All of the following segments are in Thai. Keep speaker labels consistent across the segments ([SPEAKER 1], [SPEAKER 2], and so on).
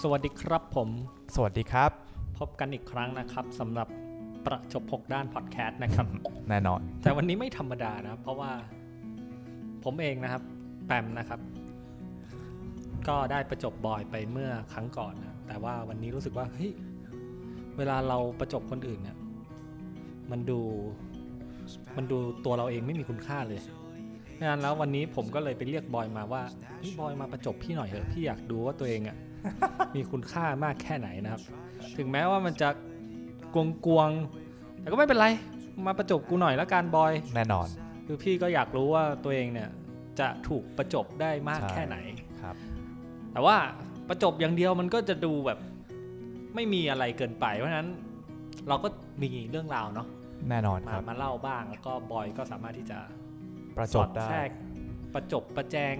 [SPEAKER 1] สวัสดีครับผม
[SPEAKER 2] สวัสดีครับ
[SPEAKER 1] พบกันอีกครั้งนะครับสำหรับประจบพกด้านพอดแคสต์นะครับ
[SPEAKER 2] แน่นอน
[SPEAKER 1] แต่วันนี้ไม่ธรรมดานะ เพราะว่าผมเองนะครับแปมนะครับ ก็ได้ประจบบอยไปเมื่อครั้งก่อนนะแต่ว่าวันนี้รู้สึกว่าเฮ้ยเวลาเราประจบคนอื่นเนี่ยมันดูมันดูตัวเราเองไม่มีคุณค่าเลยดังนั้นแล้ววันนี้ผมก็เลยไปเรียกบอยมาว่าเฮ้ยบอยมาประจบพี่หน่อยเถอะพี่อยากดูว่าตัวเองอะ มีคุณค่ามากแค่ไหนนะครับ ถึงแม้ว่ามันจะกวงๆแต่ก็ไม่เป็นไร มาประจบกูหน่อยละกันบอย
[SPEAKER 2] แน่นอน
[SPEAKER 1] คือพี่ก็อยากรู้ว่าตัวเองเนี่ยจะถูกประจบได้มาก
[SPEAKER 2] ใช่
[SPEAKER 1] แค่ไหน
[SPEAKER 2] ครับ
[SPEAKER 1] แต่ว่าประจบอย่างเดียวมันก็จะดูแบบไม่มีอะไรเกินไป เพราะฉะนั้นเราก็มีเรื่องราวเนาะ
[SPEAKER 2] แน่นอน
[SPEAKER 1] มา
[SPEAKER 2] ครับ
[SPEAKER 1] มาเล่าบ้างแล้วก็บอยก็สามารถที่จะ
[SPEAKER 2] ประจบได้
[SPEAKER 1] สอแทรกประจบประแจง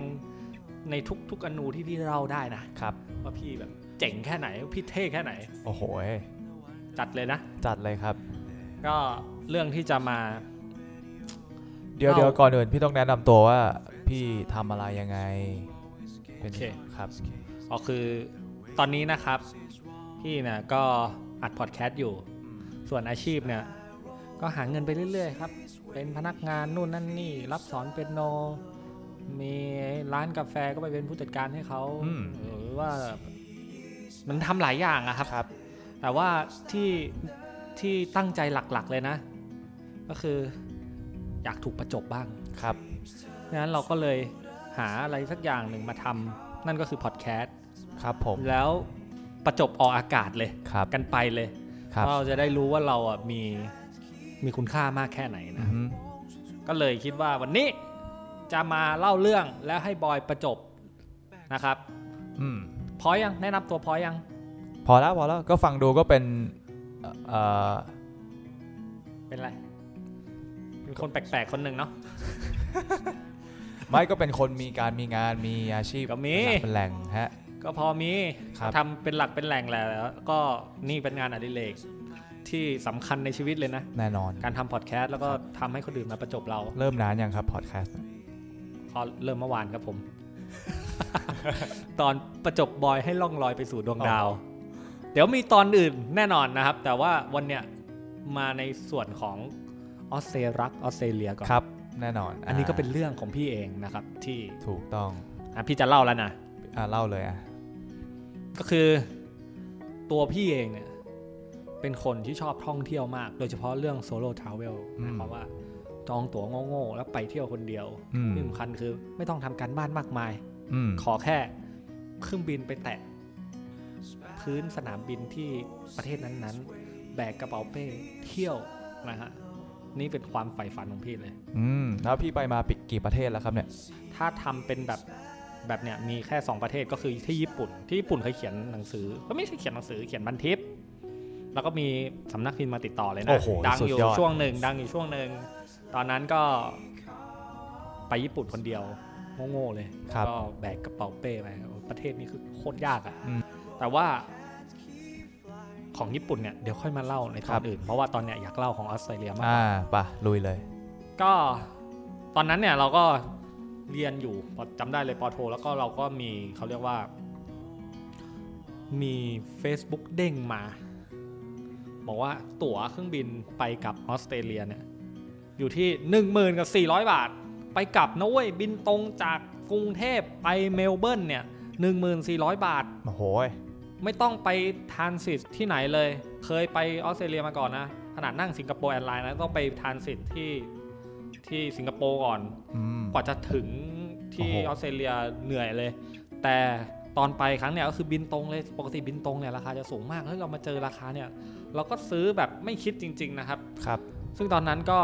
[SPEAKER 1] ในทุกๆอนูที่พี่เล่าได้นะครับ ว่าพี่แบบเจ๋งแค่ไหนพี่เท่แค่ไหน
[SPEAKER 2] โอ้โห
[SPEAKER 1] จัดเลยนะ
[SPEAKER 2] จัดเลยครับ
[SPEAKER 1] ก็เรื่องที่จะมา
[SPEAKER 2] เดี๋ยว
[SPEAKER 1] เรา
[SPEAKER 2] เดี๋ยวก่อนอื่นพี่ต้องแนะนำตัวว่า พี่ทำอะไรยังไง เป็น
[SPEAKER 1] โอเค
[SPEAKER 2] ครับ
[SPEAKER 1] ก็คือตอนนี้นะครับ พี่เนี่ยก็อัดพอดแคสต์อยู่ ส่วนอาชีพเนี่ยก็หาเงินไปเรื่อยๆครับ เป็นพนักงานนู่นนั่นนี่ รับสอนเปียโน มีร้านกาแฟก็ไปเป็นผู้จัดการให้เขา
[SPEAKER 2] อืม
[SPEAKER 1] หรือว่ามันทำหลายอย่างอะครับ
[SPEAKER 2] ครับ
[SPEAKER 1] แต่ว่าที่ที่ตั้งใจหลักๆเลยนะ ก็คืออยากถูกประจบบ้าง
[SPEAKER 2] ครับ
[SPEAKER 1] งั้นเราก็เลยหาอะไรสักอย่างหนึ่งมาทำนั่นก็คือพอดแคสต์
[SPEAKER 2] ครับผม
[SPEAKER 1] แล้วประจบออกอากาศเลย
[SPEAKER 2] ครับ
[SPEAKER 1] กันไปเลย
[SPEAKER 2] ครับ
[SPEAKER 1] เราจะได้รู้ว่าเราอ่ะมีมีคุณค่ามากแค่ไหน
[SPEAKER 2] อื
[SPEAKER 1] นะ
[SPEAKER 2] อฮึ
[SPEAKER 1] ก็เลยคิดว่าวันนี้จะมาเล่าเรื่องแล้วให้บอยประจบนะครับ
[SPEAKER 2] อืม
[SPEAKER 1] พอยังแนะนำตัวพอยัง
[SPEAKER 2] พอแล้วพอแล้ว ก็ฟังดูก็เป็น เอ่อ
[SPEAKER 1] เป็นไร เป็นคนแปลกๆคนหนึ่งเนาะ
[SPEAKER 2] ไม่ก็เป็นคนมีการมีงานมีอาชีพ
[SPEAKER 1] ก็มี
[SPEAKER 2] เป็นแหล่งฮะ
[SPEAKER 1] ก็พอมี
[SPEAKER 2] ครับ
[SPEAKER 1] ทำเป็นหลักเป็นแหล่งแหละแล้วก็นี่เป็นงานอดิเรกที่สำคัญในชีวิตเลยนะ
[SPEAKER 2] แน่นอน
[SPEAKER 1] การทำพอดแคสต์แล้วก็ทำให้คนอื่นมาประจบเรา
[SPEAKER 2] เริ่มนานยังครับพอดแคสต์
[SPEAKER 1] พอเริ่มเมื่อวาน ครับผม ตอนประจบบอยให้ล่องลอยไปสู่ดวงดาว เดี๋ยวมีตอนอื่นแน่นอนนะครับ แต่ว่าวันเนี้ยมาในส่วนของออสเตรรักออสเตรเลียก่อน
[SPEAKER 2] ครับ แน่นอน
[SPEAKER 1] อันนี้ก็เป็นเรื่องของพี่เองนะครับ ที่
[SPEAKER 2] ถูกต้อง
[SPEAKER 1] อ่ะพี่จะเล่าแล้วนะ
[SPEAKER 2] อ่ะเล่าเลยอ่ะ
[SPEAKER 1] ก็คือตัวพี่เองเนี่ย เป็นคนที่ชอบท่องเที่ยวมาก โดยเฉพาะเรื่องโซโล่ทราเวล
[SPEAKER 2] อืม
[SPEAKER 1] หมายความว่า จองตั๋วโง่ๆแล้วไปเที่ยวคนเดียว
[SPEAKER 2] อืม
[SPEAKER 1] ที่สำคัญคือ ไม่ต้องทำการบ้านมากมาย
[SPEAKER 2] อืม
[SPEAKER 1] ขอแค่เครื่องบินไปแตะ พื้นสนามบินที่ประเทศนั้นๆ แบกกระเป๋าเป้เที่ยวนะฮะนี่เป็นความใฝ่ฝันของพี่เลย
[SPEAKER 2] อืม แล้วพี่ไปมาปิกี่ประเทศแล้วครับเนี่ย
[SPEAKER 1] ถ้าทำเป็นแบบแบบเนี้ยมีแค่ 2 ประเทศก็คือที่ญี่ปุ่น ที่ญี่ปุ่นเคยเขียนหนังสือ ก็ไม่ใช่เขียนหนังสือเขียนบันทิปแล้วก็มีสำนักพิมพ์มาติดต่อเลย
[SPEAKER 2] โอ้
[SPEAKER 1] นะ
[SPEAKER 2] โห
[SPEAKER 1] ดัอยู่
[SPEAKER 2] สุดยอด
[SPEAKER 1] ช่วงหนึ่งดังอยู่ช่วงหนึ่งตอนนั้นก็ไปญี่ปุ่นคนเดียวโง่ๆเลย
[SPEAKER 2] ครับ
[SPEAKER 1] ก็แบกกระเป๋าเป้ไปประเทศนี้คือโคตรยากอะ
[SPEAKER 2] อืม
[SPEAKER 1] แต่ว่าของญี่ปุ่นเนี่ยเดี๋ยวค่อยมาเล่าในต
[SPEAKER 2] ครั
[SPEAKER 1] อน
[SPEAKER 2] บ
[SPEAKER 1] อื่น เพราะว่าตอนเนี้ยอยากเล่าของออสเตรเลียมากกว่า
[SPEAKER 2] อ่าป่ะลุยเลย
[SPEAKER 1] ก็ตอนนั้นเนี่ยเราก็เรียนอยู่พอจำได้เลยปอโท แล้วก็เราก็มีเขาเรียกว่า มี Facebook เด้งมา บอกว่าตั๋วเครื่องบินไปกับออสเตรเลียเนี่ยอยู่ที่ 1 0,000กับ400 บาท ไปกลับนะเว้ย บินตรงจากกรุงเทพไปเมลเบิร์นเนี่ย14,000 บาท
[SPEAKER 2] โอ้โหย
[SPEAKER 1] ไม่ต้องไปทรานสิตที่ไหนเลย เคยไปออสเตรเลียมาก่อนนะ ขนาดนั่งสิงคโปร์แอร์ไลน์นะ ต้องไปทรานสิตที่ที่สิงคโปร์ก่อน
[SPEAKER 2] อืม
[SPEAKER 1] กว่าจะถึงที่
[SPEAKER 2] โอ้โห
[SPEAKER 1] ออสเตรเลียเหนื่อยเลย แต่ตอนไปครั้งเนี้ยก็คือบินตรงเลย ปกติบินตรงเนี่ยราคาจะสูงมาก แล้วเรามาเจอราคาเนี่ย เราก็ซื้อแบบไม่คิดจริง ๆ นะครับ
[SPEAKER 2] ครับ
[SPEAKER 1] ซึ่งตอนนั้นก็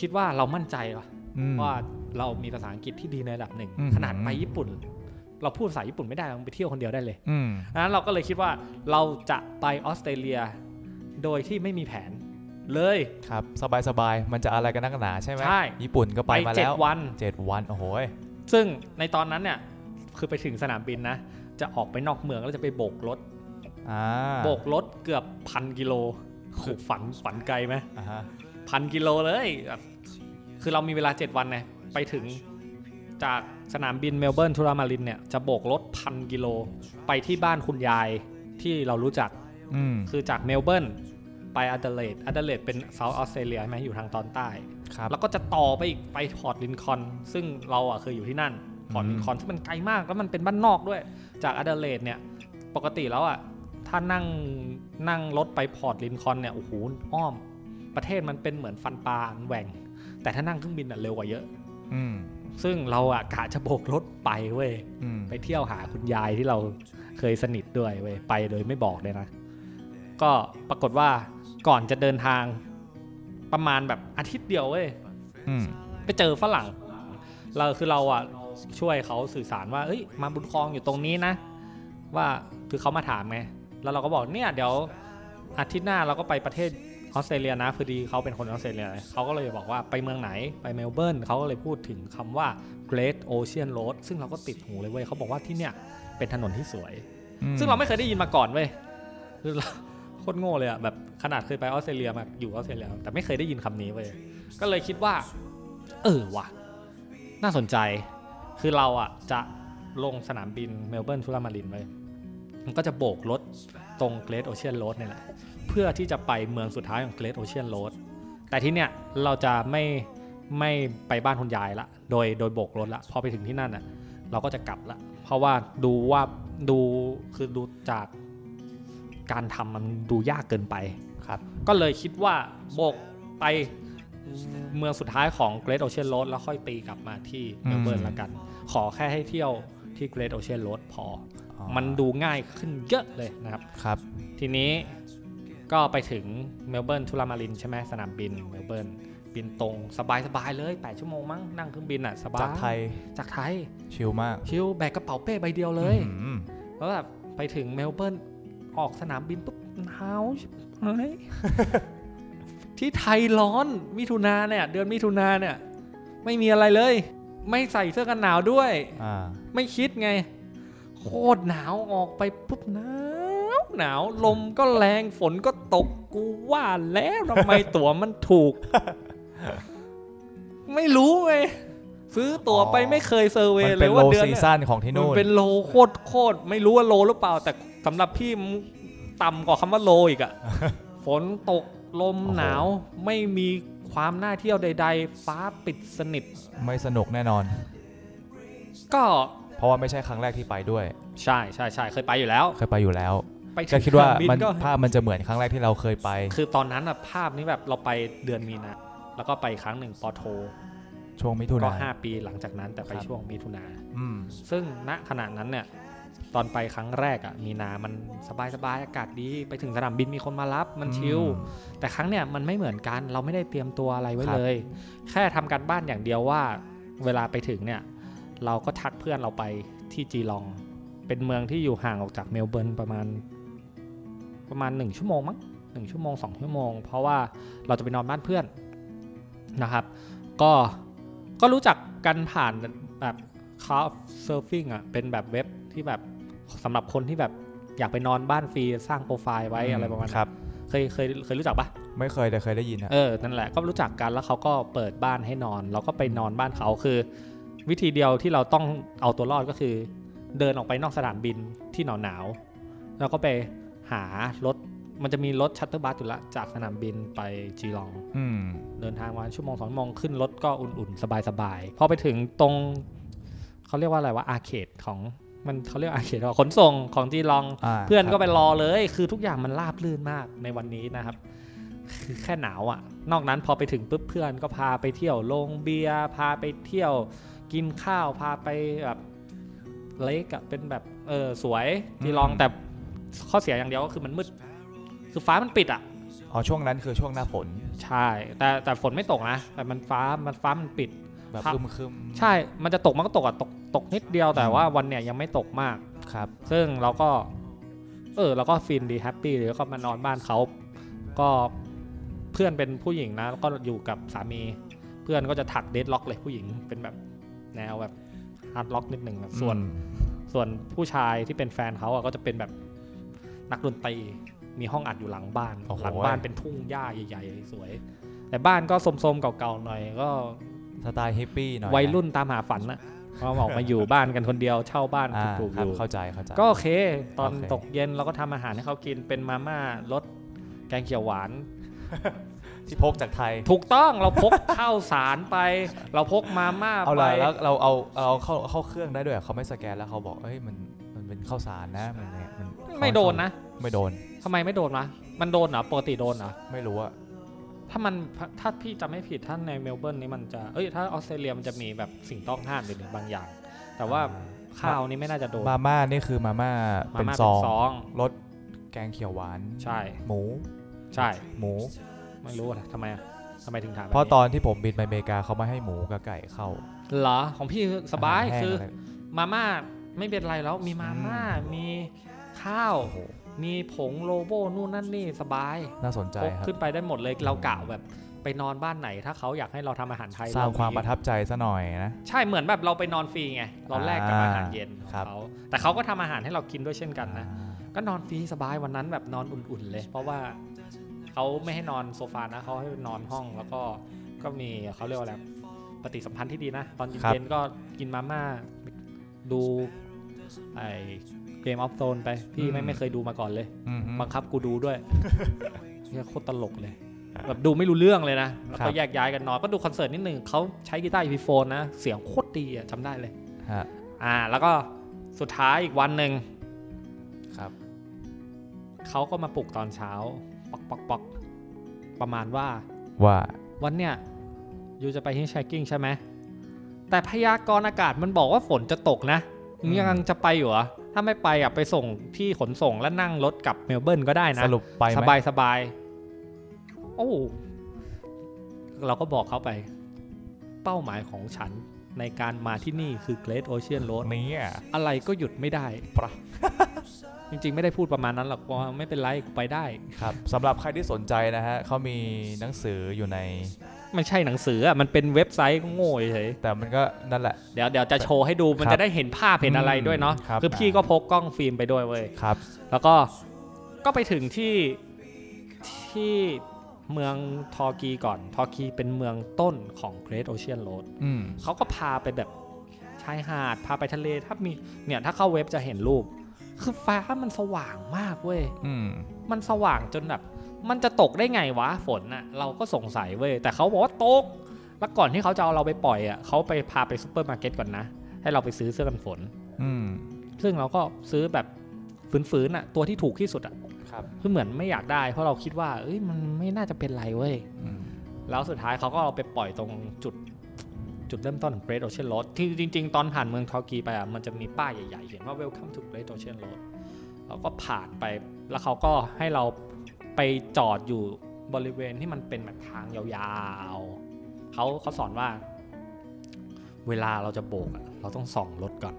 [SPEAKER 1] คิดว่าเรามั่นใจว่ะ
[SPEAKER 2] อืม
[SPEAKER 1] ว่าเรามีภาษาอังกฤษที่ดีในระดับหนึ่ง
[SPEAKER 2] อืม
[SPEAKER 1] ขนาดไปญี่ปุ่น เราพูดภาษาญี่ปุ่นไม่ได้เราไปเที่ยวคนเดียวได้เลย
[SPEAKER 2] อืม
[SPEAKER 1] ดังนั้นเราก็เลยคิดว่าเราจะไปออสเตรเลีย โดยที่ไม่มีแผนเลย
[SPEAKER 2] ครับสบายสบายๆมันจะอะไรกันนักหนาใช่ไหม
[SPEAKER 1] ใช่
[SPEAKER 2] ญี่ปุ่นก็ไปมา
[SPEAKER 1] เจ็
[SPEAKER 2] แล้
[SPEAKER 1] ด
[SPEAKER 2] ว
[SPEAKER 1] วัน
[SPEAKER 2] เจ็ดวัน โอ้โหย
[SPEAKER 1] ซึ่งในตอนนั้นเนี่ยคือไปถึงสนามบินนะ จะออกไปนอกเมืองแล้วจะไปโบกรถ
[SPEAKER 2] อ่า
[SPEAKER 1] โบกรถเกือบพันกิโลโหฝันฝันไกลไหม
[SPEAKER 2] อ่าฮะ
[SPEAKER 1] พันกิโลเลยแบบคือเรามีเวลา 7 วันไงไปถึงจากสนามบินเมลเบิร์นทุรามารินเนี่ยจะโบกรถพันกิโล ไปที่บ้านคุณยายที่เรารู้จัก
[SPEAKER 2] อืม
[SPEAKER 1] คือจากเมลเบิร์นไปอ d เดเลดอ d เดเลดเป็นเซาท์ออสเตรเลียใช่ไหมอยู่ทางตอนใต้
[SPEAKER 2] ครับ
[SPEAKER 1] แล้วก็จะต่อไปอีกไปพอร์ตลินคอล์นซึ่งเราอ่ะเคยอยู่ที่นั่น พอร์ตลินคอล์นที่งมันไกลมากแล้วมันเป็นบ้านนอกด้วย จากอเดเลดเนี่ย ปกติแล้วอ่ะถ้านั่งนั่งรถไปพอร์ตลินคอล์นเนี่ยโอ้โหอ้อม ประเทศมันเป็นเหมือนฟันปลาแหว่ง แต่ถ้านั่งเครื่องบินอ่ะเร็วกว่าเยอะ
[SPEAKER 2] อืม
[SPEAKER 1] ซึ่งเราอ่ะกะจะโบกรถไปเว้ย
[SPEAKER 2] อืม
[SPEAKER 1] ไปเที่ยวหาคุณยายที่เราเคยสนิทด้วยเว้ยไปโดยไม่บอกเลยนะ ก็ปรากฏว่าก่อนจะเดินทางประมาณแบบอาทิตย์เดียวเว้ย
[SPEAKER 2] อืม
[SPEAKER 1] ไปเจอฝรั่ง เราคือเราอ่ะช่วยเขาสื่อสารว่า เอ้ย มาบุญคลองอยู่ตรงนี้นะ ว่าคือเขามาถามไง แล้วเราก็บอกเนี่ยเดี๋ยวอาทิตย์หน้าเราก็ไปประเทศออสเตรเลียนะพอดีเขาเป็นคนออสเตรเลียเขาก็เลยบอกว่าไปเมืองไหนไปเมลเบิร์นเขาก็เลยพูดถึงคำว่า Great Ocean Road ซึ่งเราก็ติดหูเลยเว้ยเขาบอกว่าที่เนี่ยเป็นถนนที่สวย
[SPEAKER 2] อืม
[SPEAKER 1] ซึ่งเราไม่เคยได้ยินมาก่อนเว้ยคือเราโคตรโง่เลยอะแบบขนาดเคยไปออสเตรเลียมาอยู่ออสเตรเลียแต่ไม่เคยได้ยินคำนี้เว้ยก็เลยคิดว่า เออว่ะ น่าสนใจ คือเราอะจะลงสนามบินเมลเบิร์นทุรามารินเว้ยมันก็จะโบกรถตรงเกร t โอเชียนโรดเนี่ยแหละ เพื่อที่จะไปเมืองสุดท้ายของเกร t โอเชียนโรดแต่ที่เนี่ยเราจะไม่ไม่ไปบ้านคุณยายละ โดยโดยโบกรถละ พอไปถึงที่นั่นอะ เราก็จะกลับละ เพราะว่าดูว่าดูคือดูจากการทำมันดูยากเกินไป
[SPEAKER 2] ครับ
[SPEAKER 1] ก็เลยคิดว่าโบกไปเมืองสุดท้ายของ Great Ocean Road แล้วค่อยตีกลับมาที่เมลเบิร์น
[SPEAKER 2] อืม
[SPEAKER 1] ละกัน ขอแค่ให้เที่ยวที่ Great Ocean Road พอ
[SPEAKER 2] อ๋อ
[SPEAKER 1] อมันดูง่ายขึ้นเยอะเลยนะครับ
[SPEAKER 2] ครับ
[SPEAKER 1] ทีนี้ก็ไปถึงเมลเบิร์นทุรามารินใช่ไหมสนามบินเมลเบิร์นบินตรงสบายๆเลย 8 ชั่วโมงมั้งนั่งเครื่องบินอ่ะสบาย
[SPEAKER 2] จากไทย
[SPEAKER 1] จากไทย
[SPEAKER 2] ชิลมาก
[SPEAKER 1] ชิลแบกกระเป๋าเป้ใบเดียวเลย
[SPEAKER 2] อืม
[SPEAKER 1] แล้วแบบไปถึงเมลเบิร์นออกสนามบินปุ๊บหนาวชิบ หาย ที่ไทยร้อนมิถุนาเนี่ย เดือนมิถุนาเนี่ย ไม่มีอะไรเลย ไม่ใส่เสื้อกันหนาวด้วย
[SPEAKER 2] อ่า
[SPEAKER 1] ไม่คิดไง โคตรหนาวออกไปปุ๊บหนาวหนาวลมก็แรงฝนก็ตกกูว่าแล้วทำไมตั๋วมันถูก ไม่รู้ไงซื้อตั๋วไปไม่เคยเซอร์เว
[SPEAKER 2] มัน
[SPEAKER 1] ย์เล
[SPEAKER 2] เป็น
[SPEAKER 1] ย
[SPEAKER 2] โล
[SPEAKER 1] ว่าเดือน
[SPEAKER 2] ซี
[SPEAKER 1] เนี่ย
[SPEAKER 2] ซั่นของที่นู่
[SPEAKER 1] มัน นเป็นโลโคตรโคตรไม่รู้ว่าโลหรือเปล่า แต่สำหรับพี่มันต่ำกว่าคำว่าโลอีก อะ ฝนตกลม
[SPEAKER 2] โอ้โห
[SPEAKER 1] หนาวไม่มีความน่าเที่ยวใด ๆ ฟ้าปิดสนิท
[SPEAKER 2] ไม่สนุกแน่นอน
[SPEAKER 1] ก็
[SPEAKER 2] เพราะว่าไม่ใช่ครั้งแรกที่ไปด้วย
[SPEAKER 1] ใช่ใช่ใช่เคยไปอยู่แล้ว
[SPEAKER 2] เคยไปอยู่แล้ว
[SPEAKER 1] ไปถึ
[SPEAKER 2] ก็
[SPEAKER 1] ง
[SPEAKER 2] คิดว่า
[SPEAKER 1] สบิ
[SPEAKER 2] มัน
[SPEAKER 1] ก็
[SPEAKER 2] ภาพมันจะเหมือนครั้งแรกที่เราเคยไป
[SPEAKER 1] คือตอนนั้นอะภาพนี้แบบเราไปเดือนมีนาแล้วก็ไปครั้งหนึ่งปอโท
[SPEAKER 2] ช่วงมิถุ
[SPEAKER 1] ก็
[SPEAKER 2] นา
[SPEAKER 1] 5 ปีหลังจากนั้นแต่ไป
[SPEAKER 2] ครับ
[SPEAKER 1] ช่วงมิถุนา
[SPEAKER 2] อืม
[SPEAKER 1] ซึ่งณขณะนั้นเนี่ยตอนไปครั้งแรกอะมีนามันสบายสบายๆอากาศดี ไปถึงสนามบินมีคนมารับมันชิล
[SPEAKER 2] อืม
[SPEAKER 1] แต่ครั้งเนี่ยมันไม่เหมือนกันเราไม่ได้เตรียมตัวอะไรไว้
[SPEAKER 2] ครับ
[SPEAKER 1] เลย แค่ทำการบ้านอย่างเดียวว่า เวลาไปถึงเนี่ย เราก็ทักเพื่อนเราไปที่จีลอง เป็นเมืองที่อยู่ห่างออกจากเมลเบิร์นประมาณ ประมาณหนึ่งชั่วโมงมั้งหนึ่งชั่วโมงสองชั่วโมง เพราะว่าเราจะไปนอนบ้านเพื่อนนะครับ ก็ก็รู้จักกันผ่านแบบคาฟเซิร์ฟิงอ่ะเป็นแบบเว็บที่แบบสำหรับคนที่แบบอยากไปนอนบ้านฟรีสร้างโปรไฟล์ไว้อะไรประมาณ
[SPEAKER 2] ค
[SPEAKER 1] นั้
[SPEAKER 2] รั
[SPEAKER 1] น
[SPEAKER 2] บ
[SPEAKER 1] เคยเคยเคยรู้จักปะ
[SPEAKER 2] ไม่เคยแต่เคยได้ยินฮะ
[SPEAKER 1] เออ นั่นแหละ ก็รู้จักกัน แล้วเขาก็เปิดบ้านให้นอน เราก็ไปนอนบ้านเขา คือ วิธีเดียวที่เราต้องเอาตัวรอดก็คือ เดินออกไปนอกสนามบินที่หนาวหนาวๆแล้วก็ไปหารถ มันจะมีรถชัตเตอร์บัสอยู่ละ จากสนามบินไปจีลอง
[SPEAKER 2] อืม
[SPEAKER 1] เดินทางวันชั่วโมงสองชั่วโมงขึ้นรถก็อุ่นๆ สบายๆ พอไปถึงตรงเขาเรียกว่าอะไรว่าอาเขตของมันเขาเรียกอาเขตขนส่งของจีลอง
[SPEAKER 2] อ่า
[SPEAKER 1] เพื่อน
[SPEAKER 2] ค
[SPEAKER 1] ก็
[SPEAKER 2] รับ
[SPEAKER 1] ไปรอเลย คือทุกอย่างมันราบลื่นมากในวันนี้นะครับ คือแค่หนาวอะ่ะ นอกนั้นพอไปถึงปุ๊บเพื่อนก็พาไปเที่ยวโรงเบียร์ พาไปเที่ยวกินข้าว พาไปแบบเลกอะเป็นแบบเออสวยจีลองแต่ข้อเสียอย่างเดียวก็คือมันมืด คือฟ้ามันปิดอ่ะ
[SPEAKER 2] อ๋อช่วงนั้นคือช่วงหน้าฝน
[SPEAKER 1] ใช่ แต่แต่ฝนไม่ตกนะ แต่มันฟ้ามันฟ้ามันปิด
[SPEAKER 2] แบบ
[SPEAKER 1] พัก
[SPEAKER 2] อึมครึม
[SPEAKER 1] ใช่ มันจะตกมันก็ตกอะตกตกนิดเดียวแต่ว่าวันเนี้ยยังไม่ตกมาก
[SPEAKER 2] ครับ
[SPEAKER 1] ซึ่งเราก็ เออเราก็ฟินดีแฮปปี้ดีแล้วก็มานอนบ้านเขาก็เพื่อนเป็นผู้หญิงนะแล้วก็อยู่กับสามี เพื่อนก็จะถักเดดล็อกเลยผู้หญิงเป็นแบบแนวแบบฮาร์ดล็อกนิดหนึ่งแบบส่วน ส่วนผู้ชายที่เป็นแฟนเขาอะก็จะเป็นแบบนักดนตรีมีห้องอัดอยู่หลังบ้าน
[SPEAKER 2] โอ้โห
[SPEAKER 1] หลับ้านเป็นทุ่งหญ้าใหญ่ๆ สวย แต่บ้านก็สมๆเก่าๆหน่อย ก็
[SPEAKER 2] สไตล์ฮิปปี้หน่อยะ
[SPEAKER 1] วัยรุ่นตามหาฝันนะก็ออกมาอยู่บ้านกันคนเดียวเช่าบ้าน
[SPEAKER 2] อ่า
[SPEAKER 1] ถูกๆ
[SPEAKER 2] ค
[SPEAKER 1] อ
[SPEAKER 2] รับ
[SPEAKER 1] ยู่
[SPEAKER 2] เข้าใจเข้าใจ
[SPEAKER 1] ก็โอเค ตอน
[SPEAKER 2] โอเค
[SPEAKER 1] ตกเย็นเราก็ทำอาหารให้เขากินเป็นมาม่ารสแกงเขียวหวาน
[SPEAKER 2] ที่พกจากไทย
[SPEAKER 1] ถูกต้องเราพก ข้าวสาร ไป เราพกมาม่า
[SPEAKER 2] เอา
[SPEAKER 1] ไป
[SPEAKER 2] ละแล้วเราเอาเอาเข้าเข้าเครื่องได้ด้วยเหรอเขาไม่สแกนแล้วเขาบอกเอ้ยมันมันเป็นข้าวสารนะมันเนี่ยมัน
[SPEAKER 1] ไม่โดนนะ
[SPEAKER 2] ไม่โดน
[SPEAKER 1] ทำไมไม่โดนวะมันโดนเหรอปกติโดนเหรอ
[SPEAKER 2] ไม่รู้อะ
[SPEAKER 1] ถ้ามันถ้าพี่จำไม่ผิดถ้าในเมลเบิร์นนี่มันจะเอ้ยถ้าออสเตรเลียมันจะมีแบบสิ่งต้องห้ามอยู่หนึ่งบางอย่าง แต่ว่า
[SPEAKER 2] อ่า
[SPEAKER 1] ข้าวนี่ไม่น่าจะโดน
[SPEAKER 2] มาม่านี่คือมาม่า
[SPEAKER 1] มา
[SPEAKER 2] เป็น
[SPEAKER 1] ม่า
[SPEAKER 2] ซ
[SPEAKER 1] เป็
[SPEAKER 2] อน ง
[SPEAKER 1] ซอง
[SPEAKER 2] รสแกงเขียวหวาน
[SPEAKER 1] ใช่
[SPEAKER 2] หมู
[SPEAKER 1] ใช่
[SPEAKER 2] หมู
[SPEAKER 1] ไม่รู้อะทำไมอะทำไมถึงถามแบบ
[SPEAKER 2] เพราะตอนที่ผมบินไปอเมริกาเขาไม่ให้หมูกับไก่เข้า
[SPEAKER 1] เหรอของพี่สบาย
[SPEAKER 2] หรแห้ง
[SPEAKER 1] คือ
[SPEAKER 2] อะไร
[SPEAKER 1] มาม่าไม่เป็นไรแล้วมีมาม่ามีข้าว
[SPEAKER 2] โอ้โห
[SPEAKER 1] มีผงโลโบนู่นนั่นนี่สบาย
[SPEAKER 2] น่าสนใจ
[SPEAKER 1] พก
[SPEAKER 2] ครับ
[SPEAKER 1] ขึ้นไปได้หมดเลยเรากะแบบไปนอนบ้านไหน ถ้าเขาอยากให้เราทำอาหารไทย
[SPEAKER 2] สร้าง
[SPEAKER 1] เ
[SPEAKER 2] ความประทับใจซะหน่อยนะ
[SPEAKER 1] ใช่เหมือนแบบเราไปนอนฟรีไงเราแลกกับอาหารเย็นของ
[SPEAKER 2] ครับ
[SPEAKER 1] เขาแต่เขาก็ทำอาหารให้เรากินด้วยเช่นกันนะก็นอนฟรีสบายวันนั้นแบบนอนอุ่นๆเลย เพราะว่าเขาไม่ให้นอนโซฟานะเขาให้นอนห้องแล้วก็ก็มีเขาเรียกว่าอะไรปฏิสัมพันธ์ที่ดีนะ ตอน
[SPEAKER 2] ครับ
[SPEAKER 1] เย็นๆก็กินมาม่าดูไอ้เกมออฟโซนไป พี่ไม่ไม่เคยดูมาก่อนเลย
[SPEAKER 2] อืม
[SPEAKER 1] บังคับกูดู ด้วย เนี่ยโคตรตลกเลย แบบดูไม่รู้เรื่องเลยนะ แล้ว
[SPEAKER 2] ครั
[SPEAKER 1] ก็
[SPEAKER 2] บ
[SPEAKER 1] แยกย้ายกันนอน ก็ดูคอนเสิร์ตนิดหนึ่งเขาใช้กีตาร์อีพีโฟนนะ เสียงโคตรดีอะจำได้เลย
[SPEAKER 2] ฮะ
[SPEAKER 1] อ่า แล้วก็สุดท้ายอีกวันหนึ่ง
[SPEAKER 2] ครับ
[SPEAKER 1] เขาก็มาปลุกตอนเช้า ปอกปอกปอกประมาณว่า
[SPEAKER 2] ว่า
[SPEAKER 1] วันเนี้ยยูจะไปฮิชไฮกิ้งใช่ไหม แต่พยากรณ์อากาศมันบอกว่าฝนจะตกนะ
[SPEAKER 2] อืม
[SPEAKER 1] ยังจะไปอยู่เหรอถ้าไม่ไปอ่ะไปส่งที่ขนส่งแล้วนั่งรถกลับเมลเบิร์นก็ได้นะ
[SPEAKER 2] สรุปไปไห
[SPEAKER 1] ส
[SPEAKER 2] ม
[SPEAKER 1] บายสบายโอ้เราก็บอกเขาไป เป้าหมายของฉันในการมาที่นี่คือ Great Ocean Road
[SPEAKER 2] นี้อ่ะ
[SPEAKER 1] อะไรก็หยุดไม่ได้
[SPEAKER 2] ปะ
[SPEAKER 1] จริงๆ ไม่ได้พูดประมาณนั้นหรอกเพราะว่าไม่เป็นไรกูไปได้
[SPEAKER 2] ครับสำหรับใครที่สนใจนะฮะเขามีหนังสืออยู่ใน
[SPEAKER 1] ไม่ใช่หนังสืออ่ะ มันเป็นเว็บไซต์โง่เฉย
[SPEAKER 2] แต่มันก็นั่นแหละ
[SPEAKER 1] เดี๋ยวเดี๋ยวจะโชว์ให้ดูมัน
[SPEAKER 2] ครับ
[SPEAKER 1] จะได้เห็นภาพเห็นอะไรด้วยเนาะ
[SPEAKER 2] ครับ
[SPEAKER 1] อพี่ก็พกกล้องฟิล์มไปด้วยเว้ย
[SPEAKER 2] ครับ
[SPEAKER 1] แล้วก็ก็ไปถึงที่ที่เมืองทอร์กีก่อน ทอร์กีเป็นเมืองต้นของ Great Ocean Road
[SPEAKER 2] อืม
[SPEAKER 1] เขาก็พาไปแบบชายหาด พาไปทะเลถ้ามีเนี่ยถ้าเข้าเว็บจะเห็นรูป คือฟ้ามันสว่างมากเว้ย
[SPEAKER 2] อืม
[SPEAKER 1] มันสว่างจนแบบ มันจะตกได้ไงวะฝนน่ะเราก็สงสัยเว้ย แต่เขาบอกว่าตก แล้วก่อนที่เขาจะเอาเราไปปล่อยอ่ะเขาไปพาไปซูเปอร์มาร์เก็ตก่อนนะ ให้เราไปซื้อเสื้อกันฝน
[SPEAKER 2] อืม
[SPEAKER 1] ซึ่งเราก็ซื้อแบบฝืนๆอ่ะตัวที่ถูกที่สุดอ่ะ
[SPEAKER 2] ครับ
[SPEAKER 1] คือเหมือนไม่อยากได้เพราะเราคิดว่า เอ้ยมันไม่น่าจะเป็นไรเว้ย
[SPEAKER 2] อืม
[SPEAKER 1] แล้วสุดท้ายเขาก็เอาไปปล่อยตรงจุดจุดเริ่มต้นของ Great Ocean Road ที่จริง ๆ ตอนผ่านเมืองทอร์กีไปอ่ะมันจะมีป้ายใหญ่ๆ เขียนว่า Welcome to Great Ocean Road เราก็ผ่านไปแล้วเขาก็ให้เราไปจอดอยู่บริเวณที่มันเป็นแบบทางยาวๆเขาเขาสอนว่า เวลาเราจะโบกอ่ะเราต้องส่องรถก่อน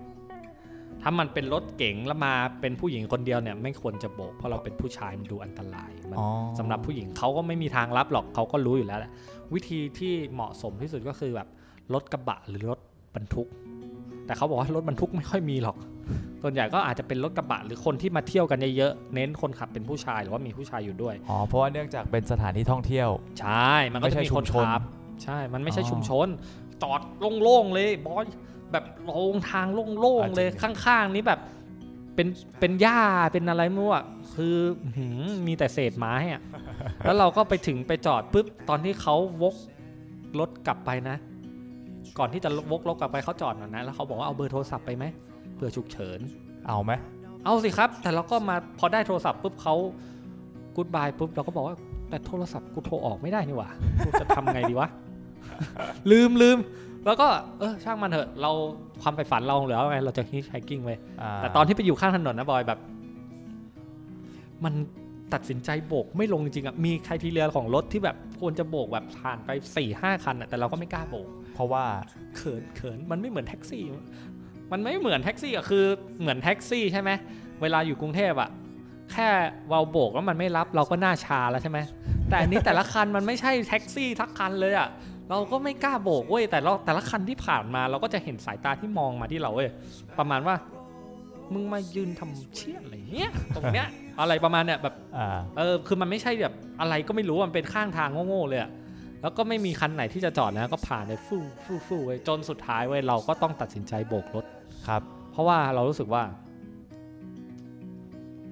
[SPEAKER 1] ถ้ามันเป็นรถเก๋งแล้วมาเป็นผู้หญิงคนเดียวเนี่ยไม่ควรจะโบก เพราะเราเป็นผู้ชายมันดูอันตรายมัน
[SPEAKER 2] อ๋อ
[SPEAKER 1] สำหรับผู้หญิงเขาก็ไม่มีทางรับหรอกเขาก็รู้อยู่แล้วแหละ วิธีที่เหมาะสมที่สุดก็คือแบบรถกระบะหรือรถบรรทุก แต่เขาบอกว่ารถบรรทุกไม่ค่อยมีหรอก ส่วนใหญ่ก็อาจจะเป็นรถกระบะหรือคนที่มาเที่ยวกันเยอะๆเน้นคนขับเป็นผู้ชายหรือว่ามีผู้ชายอยู่ด้วย
[SPEAKER 2] อ๋อ เพราะว่าเนื่องจากเป็นสถานที่ท่องเที่ยว
[SPEAKER 1] ใช่ มันก็จะมีคนขับ ใช่ มันไม่ใช่
[SPEAKER 2] อ๋อ
[SPEAKER 1] ชุมชน จอดโล่งๆเลยบอยแบบลงทางโล่งๆ
[SPEAKER 2] อ่า
[SPEAKER 1] เลย
[SPEAKER 2] จริง
[SPEAKER 1] ข้างๆ นี้แบบเป็นเป็นหญ้าเป็นอะไรไม่รู้อ่ะคืออื้อหือมีแต่เศษไม้ อ่ะ แล้วเราก็ไปถึงไปจอดปุ๊บตอนที่เขาวกรถกลับไปนะ ก่อนที่จะวกรถกลับไปเขาจอดหน่อยนะ แล้วเขาบอกว่าเอาเบอร์โทรศัพท์ไปไหมเผื่อฉุกเฉิน
[SPEAKER 2] เอาไหม
[SPEAKER 1] เอาสิครับ แต่เราก็มาพอได้โทรศัพท์ปุ๊บเขากูดบายปุ๊บเราก็บอกว่า แต่โทรศัพท์กูโทรออกไม่ได้นี่หว่ากูจะทำไงดีวะ ลืมลืม แล้วก็เออช่างมันเถอะ เราความไปฝันเราเหลือไง เราจะฮิชไฮกิ้งไป
[SPEAKER 2] อ่า
[SPEAKER 1] แต่ตอนที่ไปอยู่ข้างถนนนะบอยแบบ มันตัดสินใจโบกไม่ลงจริงๆอ่ะมีใครทีเรือของรถที่แบบควรจะโบกแบบผ่านไป4ี่ห้าคันอ่ะแต่เราก็ไม่กล้าโบก
[SPEAKER 2] เพราะว่า
[SPEAKER 1] เขินเขินมันไม่เหมือนแท็กซี่ มันไม่เหมือนแท็กซี่อะคือเหมือนแท็กซี่ใช่ไหมเวลาอยู่กรุงเทพอะแค่เวาโบกแล้วมันไม่รับเราก็หน้าชาแล้วใช่ไหมแต่อันนี้แต่ละคันมันไม่ใช่แท็กซี่ทักคันเลยอะเราก็ไม่กล้าโบกเว้ยแต่เราแต่ละคันที่ผ่านมา เราก็จะเห็นสายตาที่มองมาที่เราเว้ยประมาณว่า มึงมายืนทำเชี่ยอะไรเนี้ยตรงเนี้ย อะไรประมาณเนี้ยแบบ
[SPEAKER 2] อ่า
[SPEAKER 1] เออคือมันไม่ใช่แบบอะไรก็ไม่รู้มันเป็นข้างทางโง่ๆเลยอะแล้วก็ไม่มีคันไหนที่จะจอดนะก็ผ่านไปฟู่ฟู่ฟู่ไว้ยจนสุดท้ายเว้ยเราก็ต้องตัดสินใจโบกรถ
[SPEAKER 2] ครับ
[SPEAKER 1] เพราะว่าเรารู้สึกว่า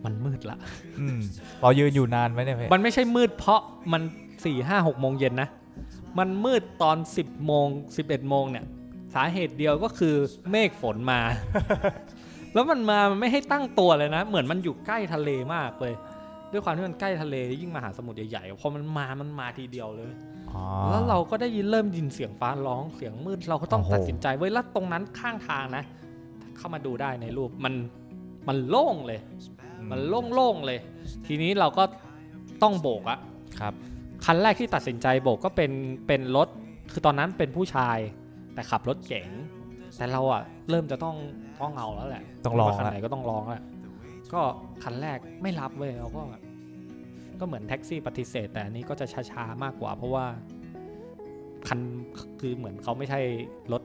[SPEAKER 1] มันมืดละ
[SPEAKER 2] อืมเรายืนอยู่นานไหมเนี่ยพี่
[SPEAKER 1] มันไม่ใช่มืดเพราะมันสี่ห้าหกโมงเย็นนะ มันมืดตอนสิบโมงสิบเอ็ดโมงเนี่ย สาเหตุเดียวก็คือเมฆฝนมา แล้วมันมามันไม่ให้ตั้งตัวเลยนะ เหมือนมันอยู่ใกล้ทะเลมากเลย ด้วยความที่มันใกล้ทะเลยิ่งมหาสมุทรใหญ่ๆพอมันมามันมาทีเดียวเลย
[SPEAKER 2] อ๋อ
[SPEAKER 1] แล้วเราก็ได้ยินเริ่มยินเสียงฟ้าร้องเสียงมืดเราก็ต้อง
[SPEAKER 2] โอ้โห
[SPEAKER 1] ตัดสินใจเว้ยแล้วตรงนั้นข้างทางนะ เข้ามาดูได้ในรูปมันมันโล่งเลย มันโล่งๆเลย ทีนี้เราก็ต้องโบกอะ
[SPEAKER 2] ครับ
[SPEAKER 1] คันแรกที่ตัดสินใจโบกก็เป็นเป็นรถคือตอนนั้นเป็นผู้ชายแต่ขับรถเก๋งแต่เราอะเริ่มจะต้องต้องเอาแล้วแหละ
[SPEAKER 2] ต้องลอง
[SPEAKER 1] ว่าคัน
[SPEAKER 2] ละ
[SPEAKER 1] ไหนก็ต้องลองแหละก็คันแรกไม่รับเว้ยเราก็แบบก็เหมือนแท็กซี่ปฏิเสธ แต่อันนี้ก็จะช้าๆมากกว่า เพราะว่าคันคือเหมือนเขาไม่ใช่รถ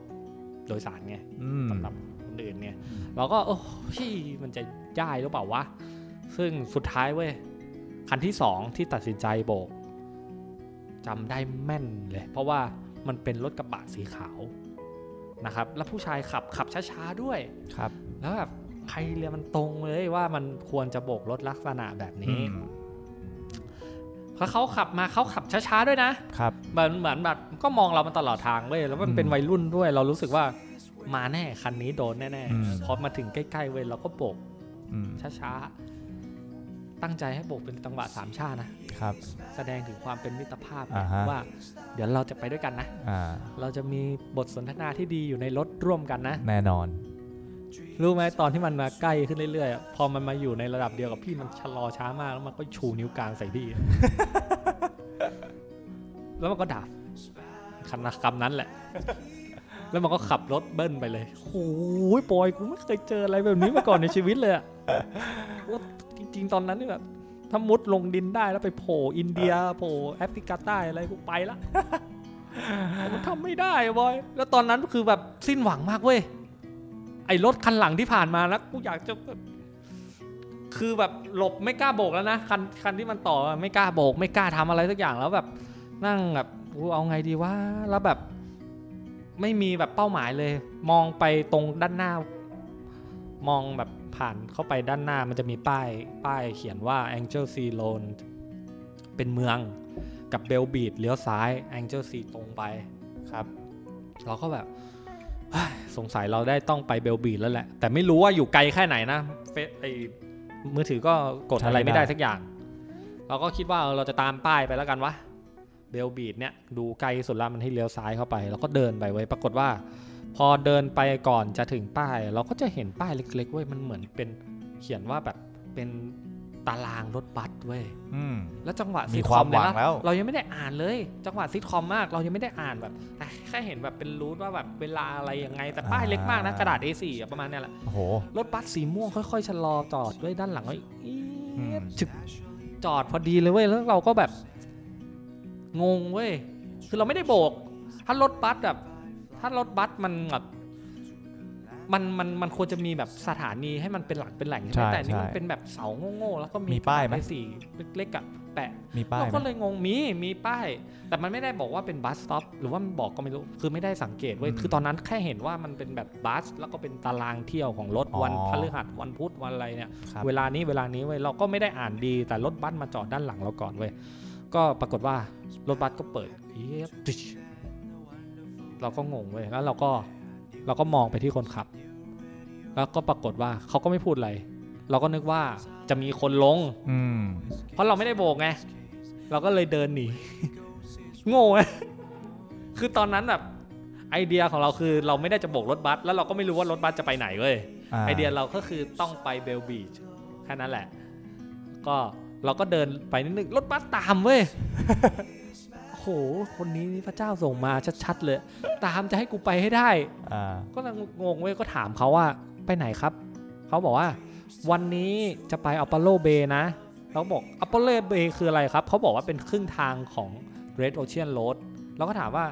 [SPEAKER 1] โดยสารไง
[SPEAKER 2] อืม
[SPEAKER 1] สำหรับคนอื่นเนี่ย
[SPEAKER 2] อืม
[SPEAKER 1] เราก็โอ้ยมันจะได้หรือเปล่าวะ ซึ่งสุดท้ายเว้ย คันที่สองที่ตัดสินใจโบกจำได้แม่นเลย เพราะว่ามันเป็นรถกระบะสีขาวนะครับ แล้วผู้ชายขับขับช้าๆด้วย
[SPEAKER 2] ครับ
[SPEAKER 1] แล้วแบบใครเรียมันตรงเลยว่ามันควรจะโบกรถลักษณะแบบ
[SPEAKER 2] อื
[SPEAKER 1] นี้
[SPEAKER 2] ม
[SPEAKER 1] เพราะเขาขับมาเขาขับช้าๆด้วยนะ
[SPEAKER 2] ครับ
[SPEAKER 1] เหมือนเหมือนแบบก็มองเรามันตลอดทางเว้ยแล้วมันเป็น
[SPEAKER 2] อืม
[SPEAKER 1] วัยรุ่นด้วย เรารู้สึกว่ามาแน่คันนี้โดนแน่
[SPEAKER 2] อืม
[SPEAKER 1] ๆพอมาถึงใกล้ๆเว้ยเราก็โบก
[SPEAKER 2] อืม
[SPEAKER 1] ช้าๆตั้งใจให้โบกเป็นจังหวะสามชาตินะครับ แสดงถึงความเป็นมิตรภาพ
[SPEAKER 2] อ่าฮะ
[SPEAKER 1] ว่า เดี๋ยวเราจะไปด้วยกันนะ
[SPEAKER 2] อ่า
[SPEAKER 1] เราจะมีบทสนทนาที่ดีอยู่ในรถร่วมกันนะ
[SPEAKER 2] แน่นอน
[SPEAKER 1] รู้ไหมตอนที่มันมาใกล้ขึ้นเรื่อยๆอะพอมันมาอยู่ในระดับเดียวกับพี่มันชะลอช้ามากแล้วมันก็ชูนิ้วกลางใส่ พี่ แล้วมันก็ด่าคำนะคำนั้นแหละ แล้วมันก็ขับรถเบิ้ลไปเลยโอ้ยปอยกูไม่เคยเจออะไรแบบนี้มาก่อนในชีวิตเลยอะว่าจริงๆตอนนั้นนี่แบบถ้ามุดลงดินได้แล้วไปโผล่อินเดียโผล่แอฟริกาใต้อะไรกูไปละ แต่มันทำไม่ได้อะบอย แล้วตอนนั้นคือแบบสิ้นหวังมากเว้ย ไอ้รถคันหลังที่ผ่านมานะกูอยากจะแบบคือแบบหลบไม่กล้าโบกแล้วนะคันคันที่มันต่อไม่กล้าโบก ไม่กล้าทำอะไรสักอย่างแล้วแบบ นั่งแบบกูเอาไงดีว่าแล้วแบบ ไม่มีแบบเป้าหมายเลย มองไปตรงด้านหน้า มองแบบผ่านเข้าไปด้านหน้ามันจะมีป้ายป้ายเขียนว่า Angel C Lone เป็นเมืองกับเบลบีดเลี้ยวซ้าย Angel C ตรงไป
[SPEAKER 2] ครับ
[SPEAKER 1] เราก็แบบ เฮ้ยสงสัยเราได้ต้องไปเบลบีดแล้วแหละ แต่ไม่รู้ว่าอยู่ไกลแค่ไหนนะเฟซไอมือถือก็กดอะไรไม่ได้สักอย่าง เราก็คิดว่าเออเราจะตามป้ายไปแล้วกันวะเบลบีดเนี่ยดูไกลสุดละมันให้เลี้ยวซ้ายเข้าไป เราก็เดินไปไว้ยปรากฏว่า พอเดินไปก่อนจะถึงป้าย เราก็จะเห็นป้ายเล็กๆเว้ยมันเหมือนเป็นเขียนว่าแบบเป็นตารางรถบัสเว้ย
[SPEAKER 2] อืม
[SPEAKER 1] แล้วจังหวะ
[SPEAKER 2] มี
[SPEAKER 1] ซิท
[SPEAKER 2] ค
[SPEAKER 1] คอ
[SPEAKER 2] วาม
[SPEAKER 1] ม
[SPEAKER 2] หวัง
[SPEAKER 1] เยนะ
[SPEAKER 2] แล้ว
[SPEAKER 1] เรายังไม่ได้อ่านเลย จังหวะซิทคอมมาก เรายังไม่ได้อ่านแบบแต่แค่เห็นแบบเป็นรูทว่าแบบเวลาอะไรยังไง แต่ป้ายเล็กมากนะกระดาษ A4 อะประมาณเนี้ยแหละ
[SPEAKER 2] โอ้โห
[SPEAKER 1] รถบัสสีม่วงค่อยๆชะลอจอดด้วยด้านหลังไว้อี๊
[SPEAKER 2] อืม
[SPEAKER 1] ดจึกจอดพอดีเลยเว้ยแล้วเราก็แบบ งงเว้ยคือเราไม่ได้โบก ถ้ารถบัสแบบ ถ้ารถบัสมันแบบมันมันมันควรจะมีแบบสถานีให้มันเป็นหลักเป็นแหล่งใช่ไหม
[SPEAKER 2] ใช่
[SPEAKER 1] แต่อันนี่
[SPEAKER 2] ใช่
[SPEAKER 1] มันเป็นแบบเสาโง่ๆแล้วก็
[SPEAKER 2] มี
[SPEAKER 1] มี
[SPEAKER 2] ป้ายไหม
[SPEAKER 1] กระดษ A4 เล็กๆอะแปะ
[SPEAKER 2] มีป้าย
[SPEAKER 1] เราก็
[SPEAKER 2] ไหม
[SPEAKER 1] เลยงงมีมีป้าย แต่มันไม่ได้บอกว่าเป็นบัสสต็อปหรือว่ามันบอกก็ไม่รู้ คือไม่ได้สังเกตเว้ย
[SPEAKER 2] อืม
[SPEAKER 1] คือตอนนั้นแค่เห็นว่ามันเป็นแบบบัส แล้วก็เป็นตารางเที่ยวของรถ
[SPEAKER 2] อ๋อ
[SPEAKER 1] วันพฤหัสวันพุธวันอะไรเนี่ย
[SPEAKER 2] ครับ
[SPEAKER 1] เวลานี้เวลานี้เว้ยเราก็ไม่ได้อ่านดีแต่รถบัสมาจอดด้านหลังเราก่อนเว้ยก็ปรากฏว่ารถบัสก็เปิดเอี๊ยดตึชเราก็งงเว้ยแล้วเราก็เราก็มองไปที่คนขับ แล้วก็ปรากฏว่าเขาก็ไม่พูดอะไร เราก็นึกว่าจะมีคนลง
[SPEAKER 2] อืม
[SPEAKER 1] เพราะเราไม่ได้โบกไง เราก็เลยเดินหนี โง่ ไหมคือตอนนั้นแบบไอเดียของเราคือเราไม่ได้จะโบกรถบัสแล้วเราก็ไม่รู้ว่ารถบัสจะไปไหนเว้ย
[SPEAKER 2] า
[SPEAKER 1] ไอเดียเราก็คือต้องไปเบลบีชแค่นั้นแหละ ก็เราก็เดินไปนิดนึงรถบัสตามเว้ย โอ้โห หคนนี้นี่พระเจ้าส่งมาชัดๆเลย ตามจะให้กูไปให้ได้
[SPEAKER 2] อ่า
[SPEAKER 1] ก็ลังงงเว้ยก็ถามเขาว่าไปไหนครับ เขาบอกว่า วันนี้จะไปอัปโลเบนะเราบอกอัปโลเบคืออะไรครับ เขาบอกว่าเป็นครึ่งทางของ Red Ocean Road เราก็ถามว่า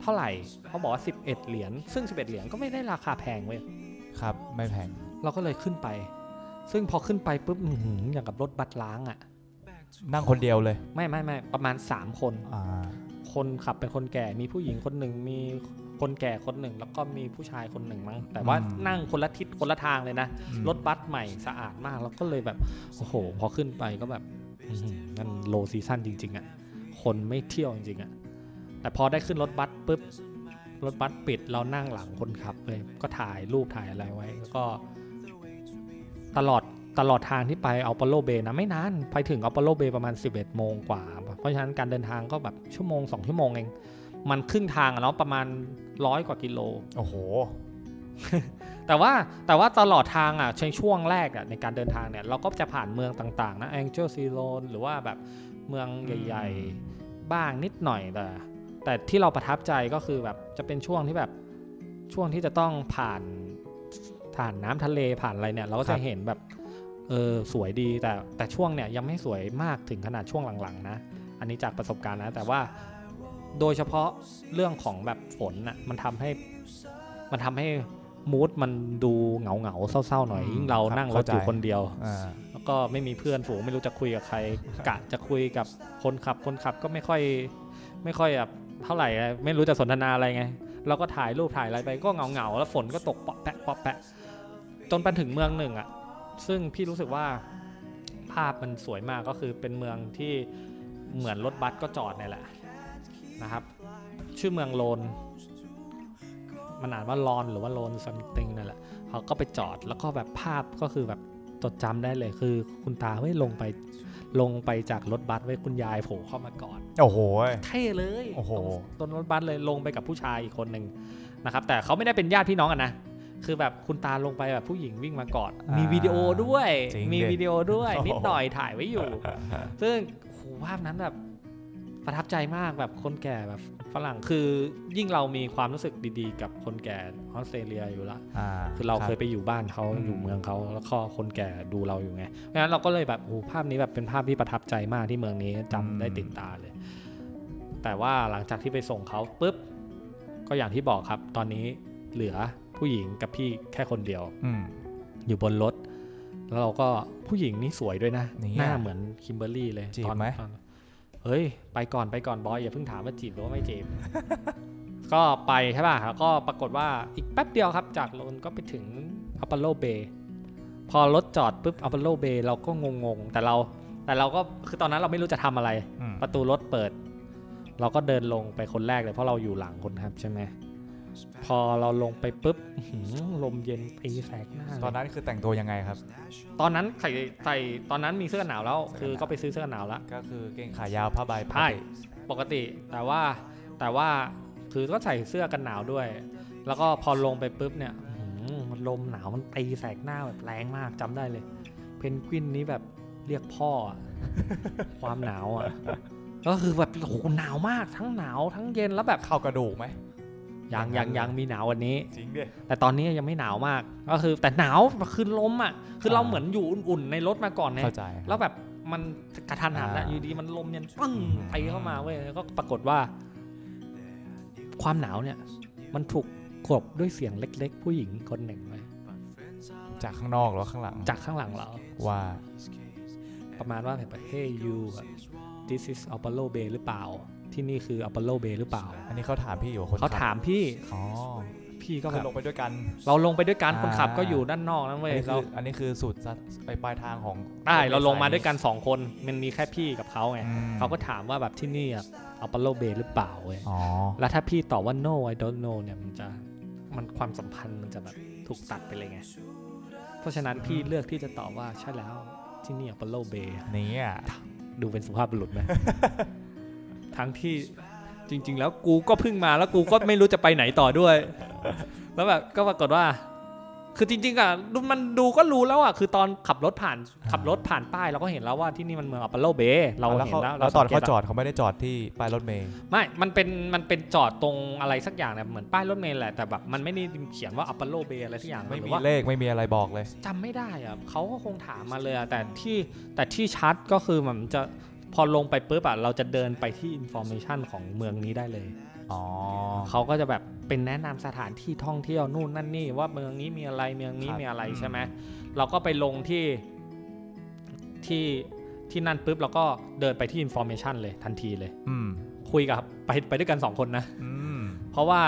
[SPEAKER 1] เท่าไหร่ เขาบอกว่า 11 เหรียญซึ่ง 11 เหรียญก็ไม่ได้ราคาแพงเว้ย
[SPEAKER 2] ครับไม่แพง
[SPEAKER 1] เราก็เลยขึ้นไป ซึ่งพอขึ้นไปปุ๊บอื้อหืออย่างกับรถบัสล้างอะ่ะ
[SPEAKER 2] นั่งคนเดียวเลย
[SPEAKER 1] ไม่ไม่ไม่ประมาณ 3 คน
[SPEAKER 2] อ่า
[SPEAKER 1] คนขับเป็นคนแก่มีผู้หญิงคนหนึ่งมีคนแก่คนหนึ่ง แล้วก็มีผู้ชายคนหนึ่งมั้งแต่ว่านั่งคนละทิศคนละทางเลยนะ
[SPEAKER 2] อืม
[SPEAKER 1] รถบัสใหม่สะอาดมาก แล้วก็เลยแบบ โอ้โห พอขึ้นไปก็แบบอื้อหือนั่นโลซีซั่นจริง ๆอะ่ะ คนไม่เที่ยวจริงๆอะ่ะ แต่พอได้ขึ้นรถบัสปุ๊บ รถบัสปิดเรานั่งหลังคนขับเลย ก็ถ่ายรูปถ่ายอะไรไว้ แล้วก็ ตลอดตลอดทางที่ไปอัลปาโลเบนะไม่นาน ไปถึงอัลปาโลเบประมาณ 11 โมงกว่า เพราะฉะนั้นการเดินทางก็แบบชั่วโมง 2 ชั่วโมงเอง มันครึ่งทางอะเนาะประมาณร้อยกว่ากิโล
[SPEAKER 2] โอ้โห
[SPEAKER 1] แต่ว่าแต่ว่าตลอดทางอ่ะในช่วงแรกอ่ะในการเดินทางเนี่ย เราก็จะผ่านเมืองต่างๆนะแองเจลซีโลนหรือว่าแบบเมืองใหญ่ๆ บ้างนิดหน่อยแต่แต่ที่เราประทับใจก็คือแบบจะเป็นช่วงที่แบบช่วงที่จะต้องผ่านผ่านน้ำทะเลผ่านอะไรเนี่ย เราก็
[SPEAKER 2] ครั
[SPEAKER 1] จะ
[SPEAKER 2] บ
[SPEAKER 1] เห็นแบบเออสวยดีแต่แต่ช่วงเนี่ยยังไม่สวยมากถึงขนาดช่วงหลังๆนะ อันนี้จากประสบการณ์นะ แต่ว่าโดยเฉพาะเรื่องของแบบฝนน่ะมันทำให้ มันทำให้มูดมันดูเหงาเหงาๆเศร้าๆหน่อย
[SPEAKER 2] อืม
[SPEAKER 1] ยิ่งเรานั่ง
[SPEAKER 2] ค
[SPEAKER 1] ร
[SPEAKER 2] รับ
[SPEAKER 1] ถอยู่
[SPEAKER 2] เข้าใจ
[SPEAKER 1] คนเดียว
[SPEAKER 2] อ่า
[SPEAKER 1] แล้วก็ไม่มีเพื่อนฝูงไม่รู้จะคุยกับใคร กะจะคุยกับคนขับคนขับก็ไม่ค่อย ไม่ค่อยแบบเท่าไหร่นะไม่รู้จะสนทนาอะไรไงเราก็ถ่ายรูปถ่ายอะไรไปก็เหงาเหงาๆแล้วฝนก็ตกเปาะแปะเปาะแปะจนไปถึงเมืองหนึ่งอะซึ่งพี่รู้สึกว่าภาพมันสวยมากก็คือเป็นเมืองที่เหมือนรถบัสก็จอดเนี่ยแหละนะครับ ชื่อเมืองโลน มันอ่านว่าลอนหรือว่าโลนซัมติงนั่นแหละเขาก็ไปจอดแล้วก็แบบภาพก็คือแบบจดจำได้เลยคือคุณตาเฮ้ยลงไปลงไปจากรถบัสไว้ยคุณยายโผล่เข้ามากอด
[SPEAKER 2] โอ้โห
[SPEAKER 1] เท่เลย
[SPEAKER 2] โอ้โห
[SPEAKER 1] ตรงรถบัสเลยลงไปกับผู้ชายอีกคนหนึ่งนะครับ แต่เขาไม่ได้เป็นญาติพี่น้องกันนะ คือแบบคุณตาลงไปแบบผู้หญิงวิ่งมากอด
[SPEAKER 2] อ่ามี
[SPEAKER 1] มีวิดีโอด้วย
[SPEAKER 2] จริง
[SPEAKER 1] มี
[SPEAKER 2] ดิ
[SPEAKER 1] วิดีโอด้วย
[SPEAKER 2] โอ้โห
[SPEAKER 1] นิดหน่อยถ่ายไว้อยู่ ซึ่งโหภาพนั้นแบบประทับใจมากแบบคนแก่แบบฝรั่ง คือยิ่งเรามีความรู้สึกดีๆ กับคนแก่ออสเตรเลียอยู่ละ
[SPEAKER 2] อ่า
[SPEAKER 1] คือเราเคย
[SPEAKER 2] บ
[SPEAKER 1] ไปอยู่บ้านเขา
[SPEAKER 2] อืม
[SPEAKER 1] อยู่เมืองเขาแล้วก็คนแก่ดูเราอยู่ไงเพราะฉะนั้นเราก็เลยแบบโอ้โหภาพนี้แบบเป็นภาพที่ประทับใจมากที่เมืองนี้จำได้ติดตาเลย แต่ว่าหลังจากที่ไปส่งเขาปุ๊บก็อย่างที่บอกครับ ตอนนี้เหลือผู้หญิงกับพี่แค่คนเดียว
[SPEAKER 2] อืม
[SPEAKER 1] อยู่บนรถ แล้วเราก็ผู้หญิงนี่สวยด้วยนะ
[SPEAKER 2] นี่
[SPEAKER 1] หน้าเหมือนคิมเบอร์รี่เลย
[SPEAKER 2] จีบ
[SPEAKER 1] ตอน
[SPEAKER 2] ไหม
[SPEAKER 1] ตอนเฮ้ย ไปก่อนไปก่อนบอยอย่าเพิ่งถามว่าจีบหรือว่าไม่ จีบ ก็ไปใช่ป่ะแล้วก็ปรากฏว่าอีกแป๊บเดียวครับ จากโลนก็ไปถึงอัปเปโลเบย์พอรถจอดปุ๊บอัปเปโลเบย์เราก็งงๆ แต่เราแต่เราก็คือตอนนั้นเราไม่รู้จะทำอะไร
[SPEAKER 2] อืม
[SPEAKER 1] ประตูรถเปิด เราก็เดินลงไปคนแรกเลยเพราะเราอยู่หลังคนครับใช่ไหมพอเราลงไปปุ๊บอื้อหือลมเย็นตีแสกหน้าเลย
[SPEAKER 2] ตอนนั้นคือแต่งตัวยังไงครับ
[SPEAKER 1] ตอนนั้นใส่ใส่ตอนนั้นมีเสื้อหนาวแล้ว
[SPEAKER 2] เสื้
[SPEAKER 1] คือ
[SPEAKER 2] อหนาว
[SPEAKER 1] ก็ไปซื้อเสื้อหนาวละ
[SPEAKER 2] ก็คือเกงขายาวผ้าใบปกติ
[SPEAKER 1] ใช่ปกติแต่ว่าแต่ว่าคือก็ใส่เสื้อกันหนาวด้วย แล้วก็พอลงไปปุ๊บเนี่ยอื้อหือลมหนาวมันตีแสกหน้าแบบแรงมากจำได้เลย เพนกวินนี้แบบเรียกพ่ออะ ความหนาวอ่ะก็คือแบบโอ้โหหนาวมากทั้งหนาวทั้งเย็นแล้วแบบ
[SPEAKER 2] เข้ากระดูกไหม
[SPEAKER 1] ยังยังยังมีหนาววันนี้
[SPEAKER 2] จริงดิ
[SPEAKER 1] แต่ตอนนี้ยังไม่หนาวมากก็คือแต่หนาวคือลมอ่ะคือเรา
[SPEAKER 2] อ่า
[SPEAKER 1] เหมือนอยู่อุ่นๆในรถมาก่อนเนี่ย
[SPEAKER 2] เข้าใจครับ
[SPEAKER 1] แล้วแบบมันกระทันหันนะ
[SPEAKER 2] อ่า
[SPEAKER 1] อยู่ดีมันลมเย็นปึ้ง
[SPEAKER 2] อืม
[SPEAKER 1] ไปเข้ามาเว้ยแล้วก็ปรากฏว่า ความหนาวเนี่ย มันถูกกลบด้วยเสียงเล็ก ๆ ผู้หญิงคนหนึ่งเลย
[SPEAKER 2] จากข้างนอกหรือว่าข้างหลัง
[SPEAKER 1] จากข้างหลังเรา
[SPEAKER 2] ว่า
[SPEAKER 1] ประมาณว่าแบบ Hey you this is Apollo Bay หรือเปล่า ที่นี่คือ Apollo Bay หรือเปล่า
[SPEAKER 2] อันนี้เขาถามพี่อยู่คน
[SPEAKER 1] เขาถามพี่
[SPEAKER 2] อ๋อ
[SPEAKER 1] พี่ก็
[SPEAKER 2] ก็
[SPEAKER 1] แบ
[SPEAKER 2] คือบ ลงไปด้วยกัน
[SPEAKER 1] เราลงไปด้วยกันคนขับ
[SPEAKER 2] อ่า
[SPEAKER 1] ก็อยู่ด้านนอกนั่น
[SPEAKER 2] อั
[SPEAKER 1] เว้
[SPEAKER 2] น
[SPEAKER 1] ย
[SPEAKER 2] นี้คื
[SPEAKER 1] เรา
[SPEAKER 2] ออันนี้คือสูตรไปปลายทางของ
[SPEAKER 1] ได้เราลงมาด้วยกันสองคน มันมีแค่พี่กับเขาไง
[SPEAKER 2] อืม
[SPEAKER 1] เขาก็ถามว่าแบบที่นี่อะ Apollo Bay หรือเปล่าเว้ย
[SPEAKER 2] อ๋อ
[SPEAKER 1] แล้วถ้าพี่ตอบว่า no I don't know เนี่ยมันจะมันความสัมพันธ์มันจะแบบถูกตัดไปเลยไง เพราะฉะนั้นพี่เลือกที่จะตอบว่าใช่แล้วที่นี่อัปโลเบย์
[SPEAKER 2] นี่อ่ะ
[SPEAKER 1] ดูเป็นสุภาพบุรุษไหม ทั้งที่จริง ๆ แล้วกูก็เพิ่งมาแล้วกูก็ไม่รู้จะไปไหนต่อด้วย แล้วแบบก็ปรากฏว่า คือจริงๆอ่ะดูมันดูก็รู้แล้วอ่ะคือตอนขับรถผ่านขับรถผ่านป้ายเราก็เห็นแล้วว่าที่นี่มันเมืองอัปโลเบย์เรา
[SPEAKER 2] แล้ว
[SPEAKER 1] เห็น
[SPEAKER 2] เขา
[SPEAKER 1] แล้ว
[SPEAKER 2] แล้วตอน
[SPEAKER 1] สังก
[SPEAKER 2] เขา
[SPEAKER 1] ละ
[SPEAKER 2] จอดเขาไม่ได้จอดที่ป้ายรถเมย์
[SPEAKER 1] ไม่ มันเป็น มันเป็นจอดตรงอะไรสักอย่างเนี่ยเหมือนป้ายรถเมล์แหละ แต่แบบมันไม่ได้เขียนว่าอัปเปโลเบอะไรสักอย่าง
[SPEAKER 2] ไม่
[SPEAKER 1] หรื
[SPEAKER 2] มี
[SPEAKER 1] อว่า
[SPEAKER 2] เลขไม่มีอะไรบอกเลย
[SPEAKER 1] จำไม่ได้อะเขาก็คงถามมาเลยอะแต่ที่แต่ที่ชัดก็คือมันจะพอลงไปปุ๊บอะเราจะเดินไปที่อินโฟมชันของเมืองนี้ได้เลย
[SPEAKER 2] อ๋อ
[SPEAKER 1] เขาก็จะแบบเป็นแนะนำสถานที่ท่องเที่ยวนู่นนั่นนี่ว่าเมืองนี้มีอะไรเมืองนี้
[SPEAKER 2] ครับ
[SPEAKER 1] มีอะไร
[SPEAKER 2] อืม
[SPEAKER 1] ใช่ไหมเราก็ไปลงที่ที่ที่นั่นปุ๊บเราก็เดินไปที่อินโฟมชันเลยทันทีเลย
[SPEAKER 2] อืม
[SPEAKER 1] คุยกับไปไปด้วยกันสองคนนะ
[SPEAKER 2] อืม
[SPEAKER 1] เพราะว่า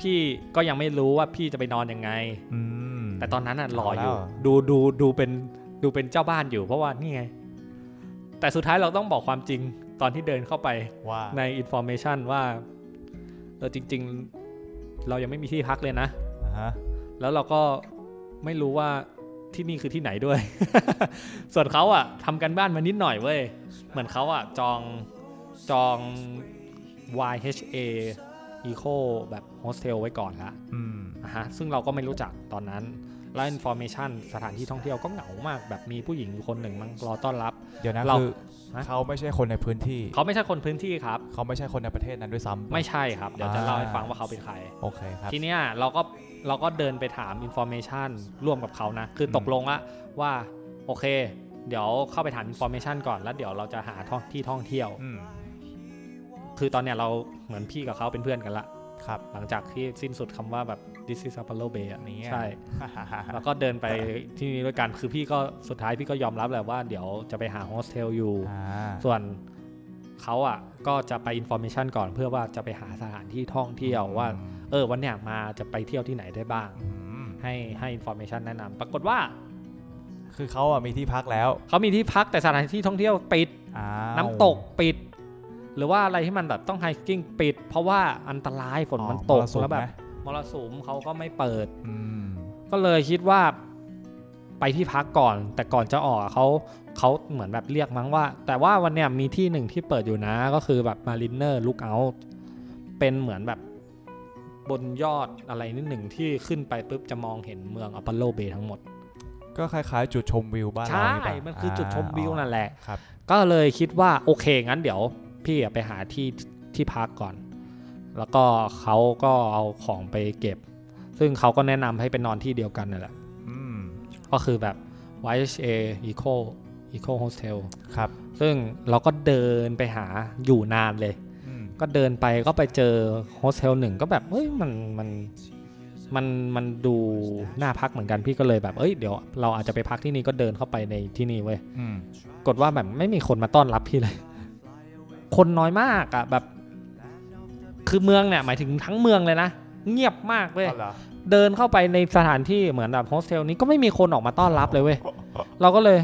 [SPEAKER 1] พี่ก็ยังไม่รู้ว่าพี่จะไปนอนยังไง
[SPEAKER 2] อืม
[SPEAKER 1] แต่ตอนนั้นอ่ะหล่ออยู่
[SPEAKER 2] เอาแล้ว
[SPEAKER 1] ดูดูดูเป็นดูเป็นเจ้าบ้านอยู่ เพราะว่านี่ไง แต่สุดท้ายเราต้องบอกความจริงตอนที่เดินเข้าไป
[SPEAKER 2] ว่า
[SPEAKER 1] ใน information ว่าเออจริง ๆ เรายังไม่มีที่พักเลยนะ
[SPEAKER 2] อ่าฮะ
[SPEAKER 1] แล้วเราก็ไม่รู้ว่าที่นี่คือที่ไหนด้วย ส่วนเขาอ่ะทำกันบ้านมานิดหน่อยเว้ย เหมือนเขาอ่ะจองจอง YHA Eco แบบโฮสเทลไว้ก่อนละ
[SPEAKER 2] อืม
[SPEAKER 1] อ่ะฮะซึ่งเราก็ไม่รู้จักตอนนั้น แล้วอินฟอร์เมชันสถานที่ท่องเที่ยวก็เหงามาก แบบมีผู้หญิงอยู่คนหนึ่งมั้งรอต้อนรับ
[SPEAKER 2] เดี๋ยวนะ
[SPEAKER 1] เรา
[SPEAKER 2] คือ
[SPEAKER 1] ฮะ
[SPEAKER 2] เขาไม่ใช่คนในพื้นที่
[SPEAKER 1] เขาไม่ใช่คนพื้นที่ครับ
[SPEAKER 2] เขาไม่ใช่คนในประเทศนั้นด้วยซ้ำ
[SPEAKER 1] ไม่ใช่ครับ เดี๋ยวจะ
[SPEAKER 2] อ่า
[SPEAKER 1] เล่าให้ฟังว่าเขาเป็นใคร
[SPEAKER 2] โอเคครับ
[SPEAKER 1] ทีเนี้ยเราก็เราก็เดินไปถามอินฟอร์เมชันร่วมกับเขานะ คือตกลงละว่า โอเค เดี๋ยวเข้าไปถามอินฟอร์เมชันก่อนแล้วเดี๋ยวเราจะหาท่องที่ท่องเที่ยว
[SPEAKER 2] อืม
[SPEAKER 1] คือตอนเนี้ยเราเหมือนพี่กับเขาเป็นเพื่อนกันละ
[SPEAKER 2] ครับ
[SPEAKER 1] หลังจากที่สิ้นสุดคำว่าแบบ this is Apollo Bay อะ
[SPEAKER 2] นี่ไง
[SPEAKER 1] ใช่ แล้วก็เดินไปที่นี่ด้วยกัน คือพี่ก็สุดท้ายพี่ก็ยอมรับแหละว่าเดี๋ยวจะไปหาโฮสเทลอยู่
[SPEAKER 2] อ่า
[SPEAKER 1] ส่วนเขาอ่ะก็จะไปอินโฟมชันก่อนเพื่อว่าจะไปหาสถานที่ท่องเที่ยวว่า เออวันเนี้ยมาจะไปเที่ยวที่ไหนได้บ้าง
[SPEAKER 2] อืม
[SPEAKER 1] ให้ให้อินโฟมชันแนะนำปรากฏว่า
[SPEAKER 2] คือเขาอะมีที่พักแล้ว
[SPEAKER 1] เขามีที่พักแต่สถานที่ท่องเที่ยวปิด
[SPEAKER 2] อ้าว
[SPEAKER 1] น้ำตกปิด หรือว่าอะไรที่มันแบบต้องไฮกิ้งปิด เพราะว่าอันตรายฝนมันตก
[SPEAKER 2] อ๋อรสุม
[SPEAKER 1] แล้วแบบ
[SPEAKER 2] นะ
[SPEAKER 1] มรสุมเขาก็ไม่เปิด
[SPEAKER 2] อืม
[SPEAKER 1] ก็เลยคิดว่าไปที่พักก่อน แต่ก่อนจะออกอะเขาเขาเหมือนแบบเรียกมั้งว่า แต่ว่าวันเนี้ยมีที่หนึ่งที่เปิดอยู่นะ ก็คือแบบมารินเนอร์ลุกเอาเป็นเหมือนแบบบนยอดอะไรนิดหนึ่งที่ขึ้นไปปุ๊บจะมองเห็นเมืองอัปปโลเบย์ทั้งหมด
[SPEAKER 2] ก็คล้ายๆ จุดชมวิวบ้านเรา
[SPEAKER 1] ใช่
[SPEAKER 2] หรือเปล่า
[SPEAKER 1] มันคือจุดชมวิว
[SPEAKER 2] อ๋อ
[SPEAKER 1] นั่นแหละ
[SPEAKER 2] ครับ
[SPEAKER 1] ก็เลยคิดว่าโอเคงั้นเดี๋ยวพี่อะไปหาที่ที่พักก่อน แล้วก็เขาก็เอาของไปเก็บ ซึ่งเขาก็แนะนำให้ไปนอนที่เดียวกันนั่นแหละ
[SPEAKER 2] อืม
[SPEAKER 1] ก็คือแบบ YHA Eco Eco Hostel
[SPEAKER 2] ครับ
[SPEAKER 1] ซึ่งเราก็เดินไปหาอยู่นานเลย
[SPEAKER 2] อืม
[SPEAKER 1] ก็เดินไปก็ไปเจอโฮสเทลหนึ่งก็แบบเฮ้ยมันมันมันมันดูน่าพักเหมือนกันพี่ก็เลยแบบเอ้ยเดี๋ยวเราอาจจะไปพักที่นี่ก็เดินเข้าไปในที่นี่เว้ย
[SPEAKER 2] อืม
[SPEAKER 1] กดว่าแบบไม่มีคนมาต้อนรับพี่เลย คนน้อยมากอะแบบ คือเมืองเนี่ยหมายถึงทั้งเมืองเลยนะเงียบมากเว้ย
[SPEAKER 2] อ๋อเหรอ
[SPEAKER 1] เดินเข้าไปในสถานที่เหมือนแบบโฮสเทลนี้ก็ไม่มีคนออกมาต้อนรับเลยเว้ย เราก็เลย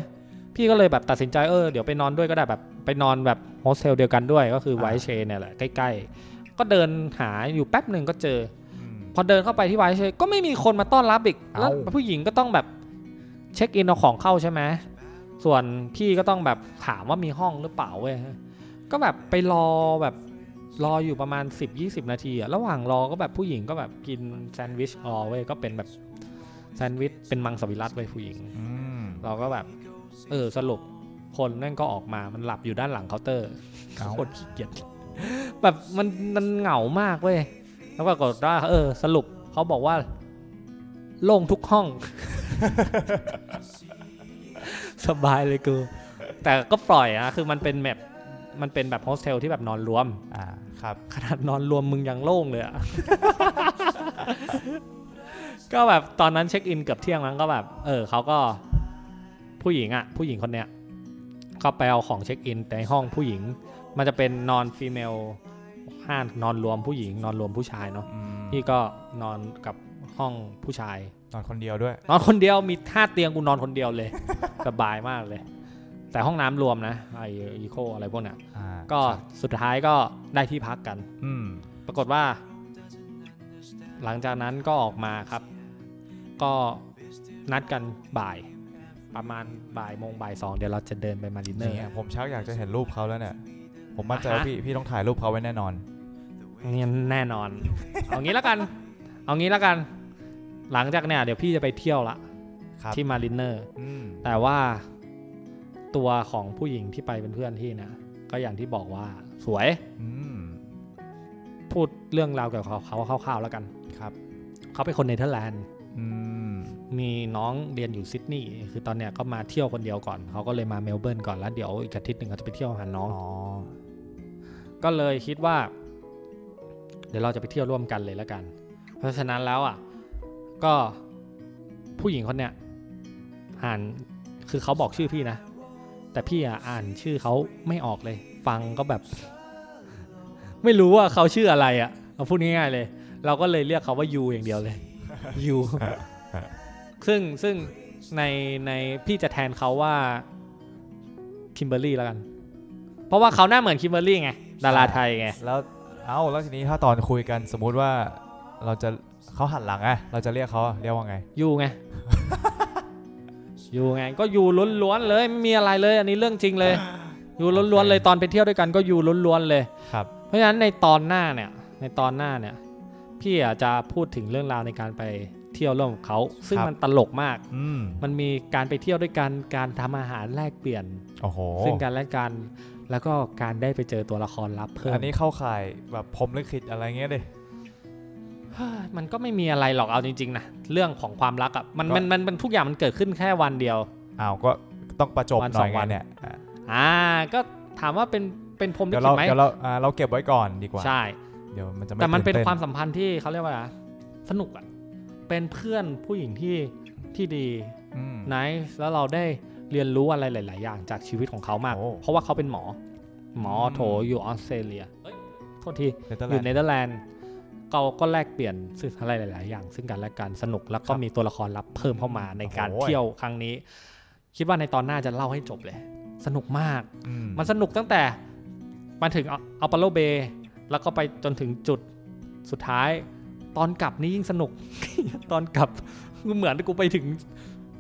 [SPEAKER 1] พี่ก็เลยแบบตัดสินใจเออเดี๋ยวไปนอนด้วยก็ได้แบบไปนอนแบบโฮสเทลเดียวกันด้วยก็คือไวท์เชนเนี่ยแหละใกล้ๆ ก็เดินหาอยู่แป๊บหนึ่งก็เจอ
[SPEAKER 2] อืม
[SPEAKER 1] พอเดินเข้าไปที่ไวท์เชนก็ไม่มีคนมาต้อนรับอีก
[SPEAKER 2] เอ้า
[SPEAKER 1] แล้วผู้หญิงก็ต้องแบบเช็คอินเอาของเข้าใช่ไหมส่วนพี่ก็ต้องแบบถามว่ามีห้องหรือเปล่าเว้ยก็แบบไปรอแบบรออยู่ประมาณ 10-20 นาทีอะระหว่างรอก็แบบผู้หญิงก็แบบกินแซนด์วิชออเว้ยก็เป็นแบบแซนด์วิชเป็นมังสวิรัตเว้ยผู้หญิง
[SPEAKER 2] อืม
[SPEAKER 1] เราก็แบบ เออสรุปคนนั่นก็ออกมามันหลับอยู่ด้านหลังเคาน์เตอร์
[SPEAKER 2] เอา
[SPEAKER 1] คนขี้เกียจแบบมันมันเหงามากเว้ยแล้วก็กฏว่าเออ สรุปเขาบอกว่า โล่งทุกห้อง สบายเลยกูแต่ก็ปล่อยนะคือมันเป็นแบบมันเป็นแบบโฮสเทลที่แบบนอนรวม
[SPEAKER 2] อ่าครับ
[SPEAKER 1] ขนาดนอนรวมมึงยังโล่งเลยอะ ก็แบบตอนนั้นเช็คอินเกือบเที่ยงมั้งก็แบบ เออเขาก็ผู้หญิงอะผู้หญิงคนเนี้ยก็ไปเอาของเช็คอินแต่ในห้องผู้หญิง มันจะเป็นนอนฟีเมลห้านอนรวมผู้หญิง นอนรวมผู้ชายเนาะ
[SPEAKER 2] อืม
[SPEAKER 1] พี่ก็นอนกับห้องผู้ชาย
[SPEAKER 2] นอนคนเดียวด้วย
[SPEAKER 1] นอนคนเดียวมีท่าเตียงกูนอนคนเดียวเลย สบายมากเลย แต่ห้องน้ำรวมนะไออีโคอะไรพวกเนี้ย
[SPEAKER 2] อ่า
[SPEAKER 1] ก็สุดท้ายก็ได้ที่พักกัน
[SPEAKER 2] อืม
[SPEAKER 1] ปรากฏว่า หลังจากนั้นก็ออกมาครับ ก็นัดกันบ่าย ประมาณบ่ายโมงบ่ายสองเดี๋ยวเราจะเดินไปมารินเนอร์
[SPEAKER 2] เนี่ยผมชักอยากจะเห็นรูปเขาแล้วเนี่ย ผมมั่นใจว่าพี่พี่ต้องถ่ายรูปเขาไว้แน่นอน
[SPEAKER 1] เนี่ยแน่นอน เอางี้แล้วกัน เอางี้แล้วกัน หลังจากเนี่ยเดี๋ยวพี่จะไปเที่ยวละ
[SPEAKER 2] ครับ
[SPEAKER 1] ที่มารินเนอร์
[SPEAKER 2] อืม
[SPEAKER 1] แต่ว่าตัวของผู้หญิงที่ไปเป็นเพื่อนที่นะก็อย่างที่บอกว่าสวย
[SPEAKER 2] อืม
[SPEAKER 1] พูดเรื่องราวเกี่ยวกับเขาคร่าวๆแล้วกัน
[SPEAKER 2] ครับ
[SPEAKER 1] เขาเป็นคนเนเธอร์แลนด์
[SPEAKER 2] อืม
[SPEAKER 1] มีน้องเรียนอยู่ซิดนีย์คือตอนเนี้ยก็มาเที่ยวคนเดียวก่อน เขาก็เลยมาเมลเบิร์นก่อนแล้วเดี๋ยวอีกอาทิตย์หนึ่งเขาจะไปเที่ยวหาน้อง
[SPEAKER 2] อ๋อ
[SPEAKER 1] ก็เลยคิดว่า เดี๋ยวเราจะไปเที่ยวร่วมกันเลยแล้วกัน เพราะฉะนั้นแล้วอ่ะก็ผู้หญิงคนเนี้ยอ่านคือเขาบอกชื่อพี่นะ แต่พี่อ่ะอ่านชื่อเขาไม่ออกเลย ฟังก็แบบ ไม่รู้ว่าเขาชื่ออะไรอ่ะเอาพูดง่ายๆเลย เราก็เลยเรียกเขาว่ายูอย่างเดียวเลย ยูซึ่งซึ่งในในพี่จะแทนเขาว่าคิมเบอร์รี่แล้วกัน เพราะว่าเขาหน้าเหมือนคิมเบอร์รี่ไงดาราไทยไง
[SPEAKER 2] แล้วเอ้าแล้วทีนี้ถ้าตอนคุยกันสมมุติว่าเราจะเขาหันหลังอะเราจะเรียกเขาเรียกว่าไง
[SPEAKER 1] ยู ไง ยูไง ก็ยูล้วนๆเลยไม่มีอะไรเลย อันนี้เรื่องจริงเลย ยูล้วนๆเลยตอนไปเที่ยวด้วยกันก็ยูล้วนๆเลย
[SPEAKER 2] ครับ
[SPEAKER 1] เพราะฉะนั้นในตอนหน้าเนี่ย ในตอนหน้าเนี่ย พี่อาจจะพูดถึงเรื่องราวในการไปเที่ยวร่วมกับเขา ซึ่ง
[SPEAKER 2] ครับ
[SPEAKER 1] มันตลกมาก
[SPEAKER 2] อืม
[SPEAKER 1] มันมีการไปเที่ยวด้วยกันการทำอาหารแลกเปลี่ยน
[SPEAKER 2] โอ้โห
[SPEAKER 1] ซึ่งกันและกัน แล้วก็การได้ไปเจอตัวละครลับเพิ่ม
[SPEAKER 2] อันนี้เข้าข่ายแบบพรหมลิขิตอะไรเงี้ยดิ
[SPEAKER 1] เฮ้ยมันก็ไม่มีอะไรหรอกเอาจริงๆนะเรื่องของความรักอะ่ะมัน
[SPEAKER 2] ก็
[SPEAKER 1] มันมันมันทุกอย่างมันเกิดขึ้นแค่วันเดียว
[SPEAKER 2] อ้าวก็ต้องประจบ
[SPEAKER 1] วัน
[SPEAKER 2] หน่
[SPEAKER 1] สอ
[SPEAKER 2] อง ยไง
[SPEAKER 1] วัน
[SPEAKER 2] เนี่ยอ่ะ
[SPEAKER 1] อ่าก็ถามว่าเป็นเป็นพรหมลิ
[SPEAKER 2] เดี๋ยว
[SPEAKER 1] ขิ
[SPEAKER 2] เรา
[SPEAKER 1] ตไหม
[SPEAKER 2] เดี๋ยวเราอ่าเราเก็บไว้ก่อนดีกว่า
[SPEAKER 1] ใช่
[SPEAKER 2] เดี๋ยวมันจะไม่
[SPEAKER 1] แต่มันเป็น
[SPEAKER 2] ตื่
[SPEAKER 1] ความสัมพันธ์ที่เขาเรียกว่าอะไรนะสนุกอะเป็นเพื่อนผู้หญิงที่ที่ดี
[SPEAKER 2] อืม
[SPEAKER 1] น c e แล้วเราได้เรียนรู้อะไรหลาย ๆ อย่างจากชีวิตของเขามาก
[SPEAKER 2] โอ้
[SPEAKER 1] เพราะว่าเขาเป็นหมอ หมออ
[SPEAKER 2] ม
[SPEAKER 1] โถอยู่ออสเตรเลียเอ้ยโทษที
[SPEAKER 2] เนเธอ
[SPEAKER 1] อ
[SPEAKER 2] ร์แลน
[SPEAKER 1] ยู่
[SPEAKER 2] ด์
[SPEAKER 1] เนเธอร์แลนด์เราก็แลกเปลี่ยนซึ่งอะไรหลาย ๆ อย่าง ซึ่งกันและกันสนุกแล้วก็
[SPEAKER 2] ครับ
[SPEAKER 1] มีตัวละครลับเพิ่มเข้ามาในการ
[SPEAKER 2] โอ้ย
[SPEAKER 1] เที่ยวครั้งนี้ คิดว่าในตอนหน้าจะเล่าให้จบเลย สนุกมาก
[SPEAKER 2] อืม
[SPEAKER 1] มันสนุกตั้งแต่มาถึงอัปโลเบแล้วก็ไปจนถึงจุดสุดท้าย ตอนกลับนี่ยิ่งสนุก ตอนกลับกูเหมือนกูไปถึง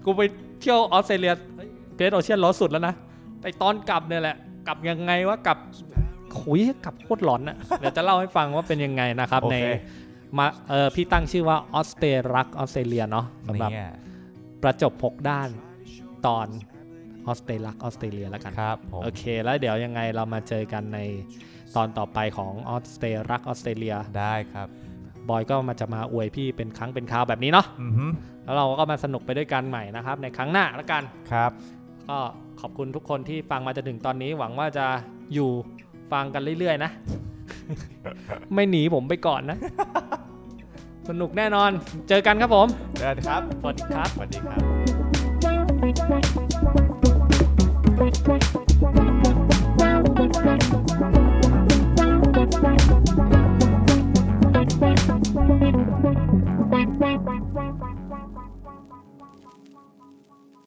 [SPEAKER 1] กูไปเที่ยวออสเตรเลียเกรทโอเชียนร้อนสุดแล้วนะ แต่ตอนกลับเนี่ยแหละ กลับยังไงวะกลับคุยกลับโคตรหลอนอะเดี๋ยวจะเล่าให้ฟังว่าเป็นยังไงนะครับ
[SPEAKER 2] โอ
[SPEAKER 1] ใน
[SPEAKER 2] เค
[SPEAKER 1] มาเออพี่ตั้งชื่อว่าออสเตรรักออสเตรเลียเนาะสำหรับ
[SPEAKER 2] เนี่ย
[SPEAKER 1] ประจบหกด้านตอนออสเตรรักออสเตรเลียแล้วกัน
[SPEAKER 2] ครับผม
[SPEAKER 1] โอเค แล้วเดี๋ยวยังไงเรามาเจอกันในตอนต่อไปของออสเตรรักออสเตรเลีย
[SPEAKER 2] ได้ครับ
[SPEAKER 1] บอยก็มาจะมาอวยพี่เป็นครั้งเป็นคราวแบบนี้เนาะ
[SPEAKER 2] อือฮึ
[SPEAKER 1] แล้วเราก็มาสนุกไปด้วยกันใหม่นะครับ ในครั้งหน้าละกัน
[SPEAKER 2] ครับ
[SPEAKER 1] ก็ขอบคุณทุกคนที่ฟังมาจนถึงตอนนี้ หวังว่าจะอยู่ฟังกันเรื่อยๆนะ ไม่หนีผมไปก่อนนะ สนุกแน่นอน เจอกันครับผม
[SPEAKER 2] เดินครับ
[SPEAKER 1] สวัสดีครับ
[SPEAKER 2] สวัสดีครับ
[SPEAKER 3] Thank you.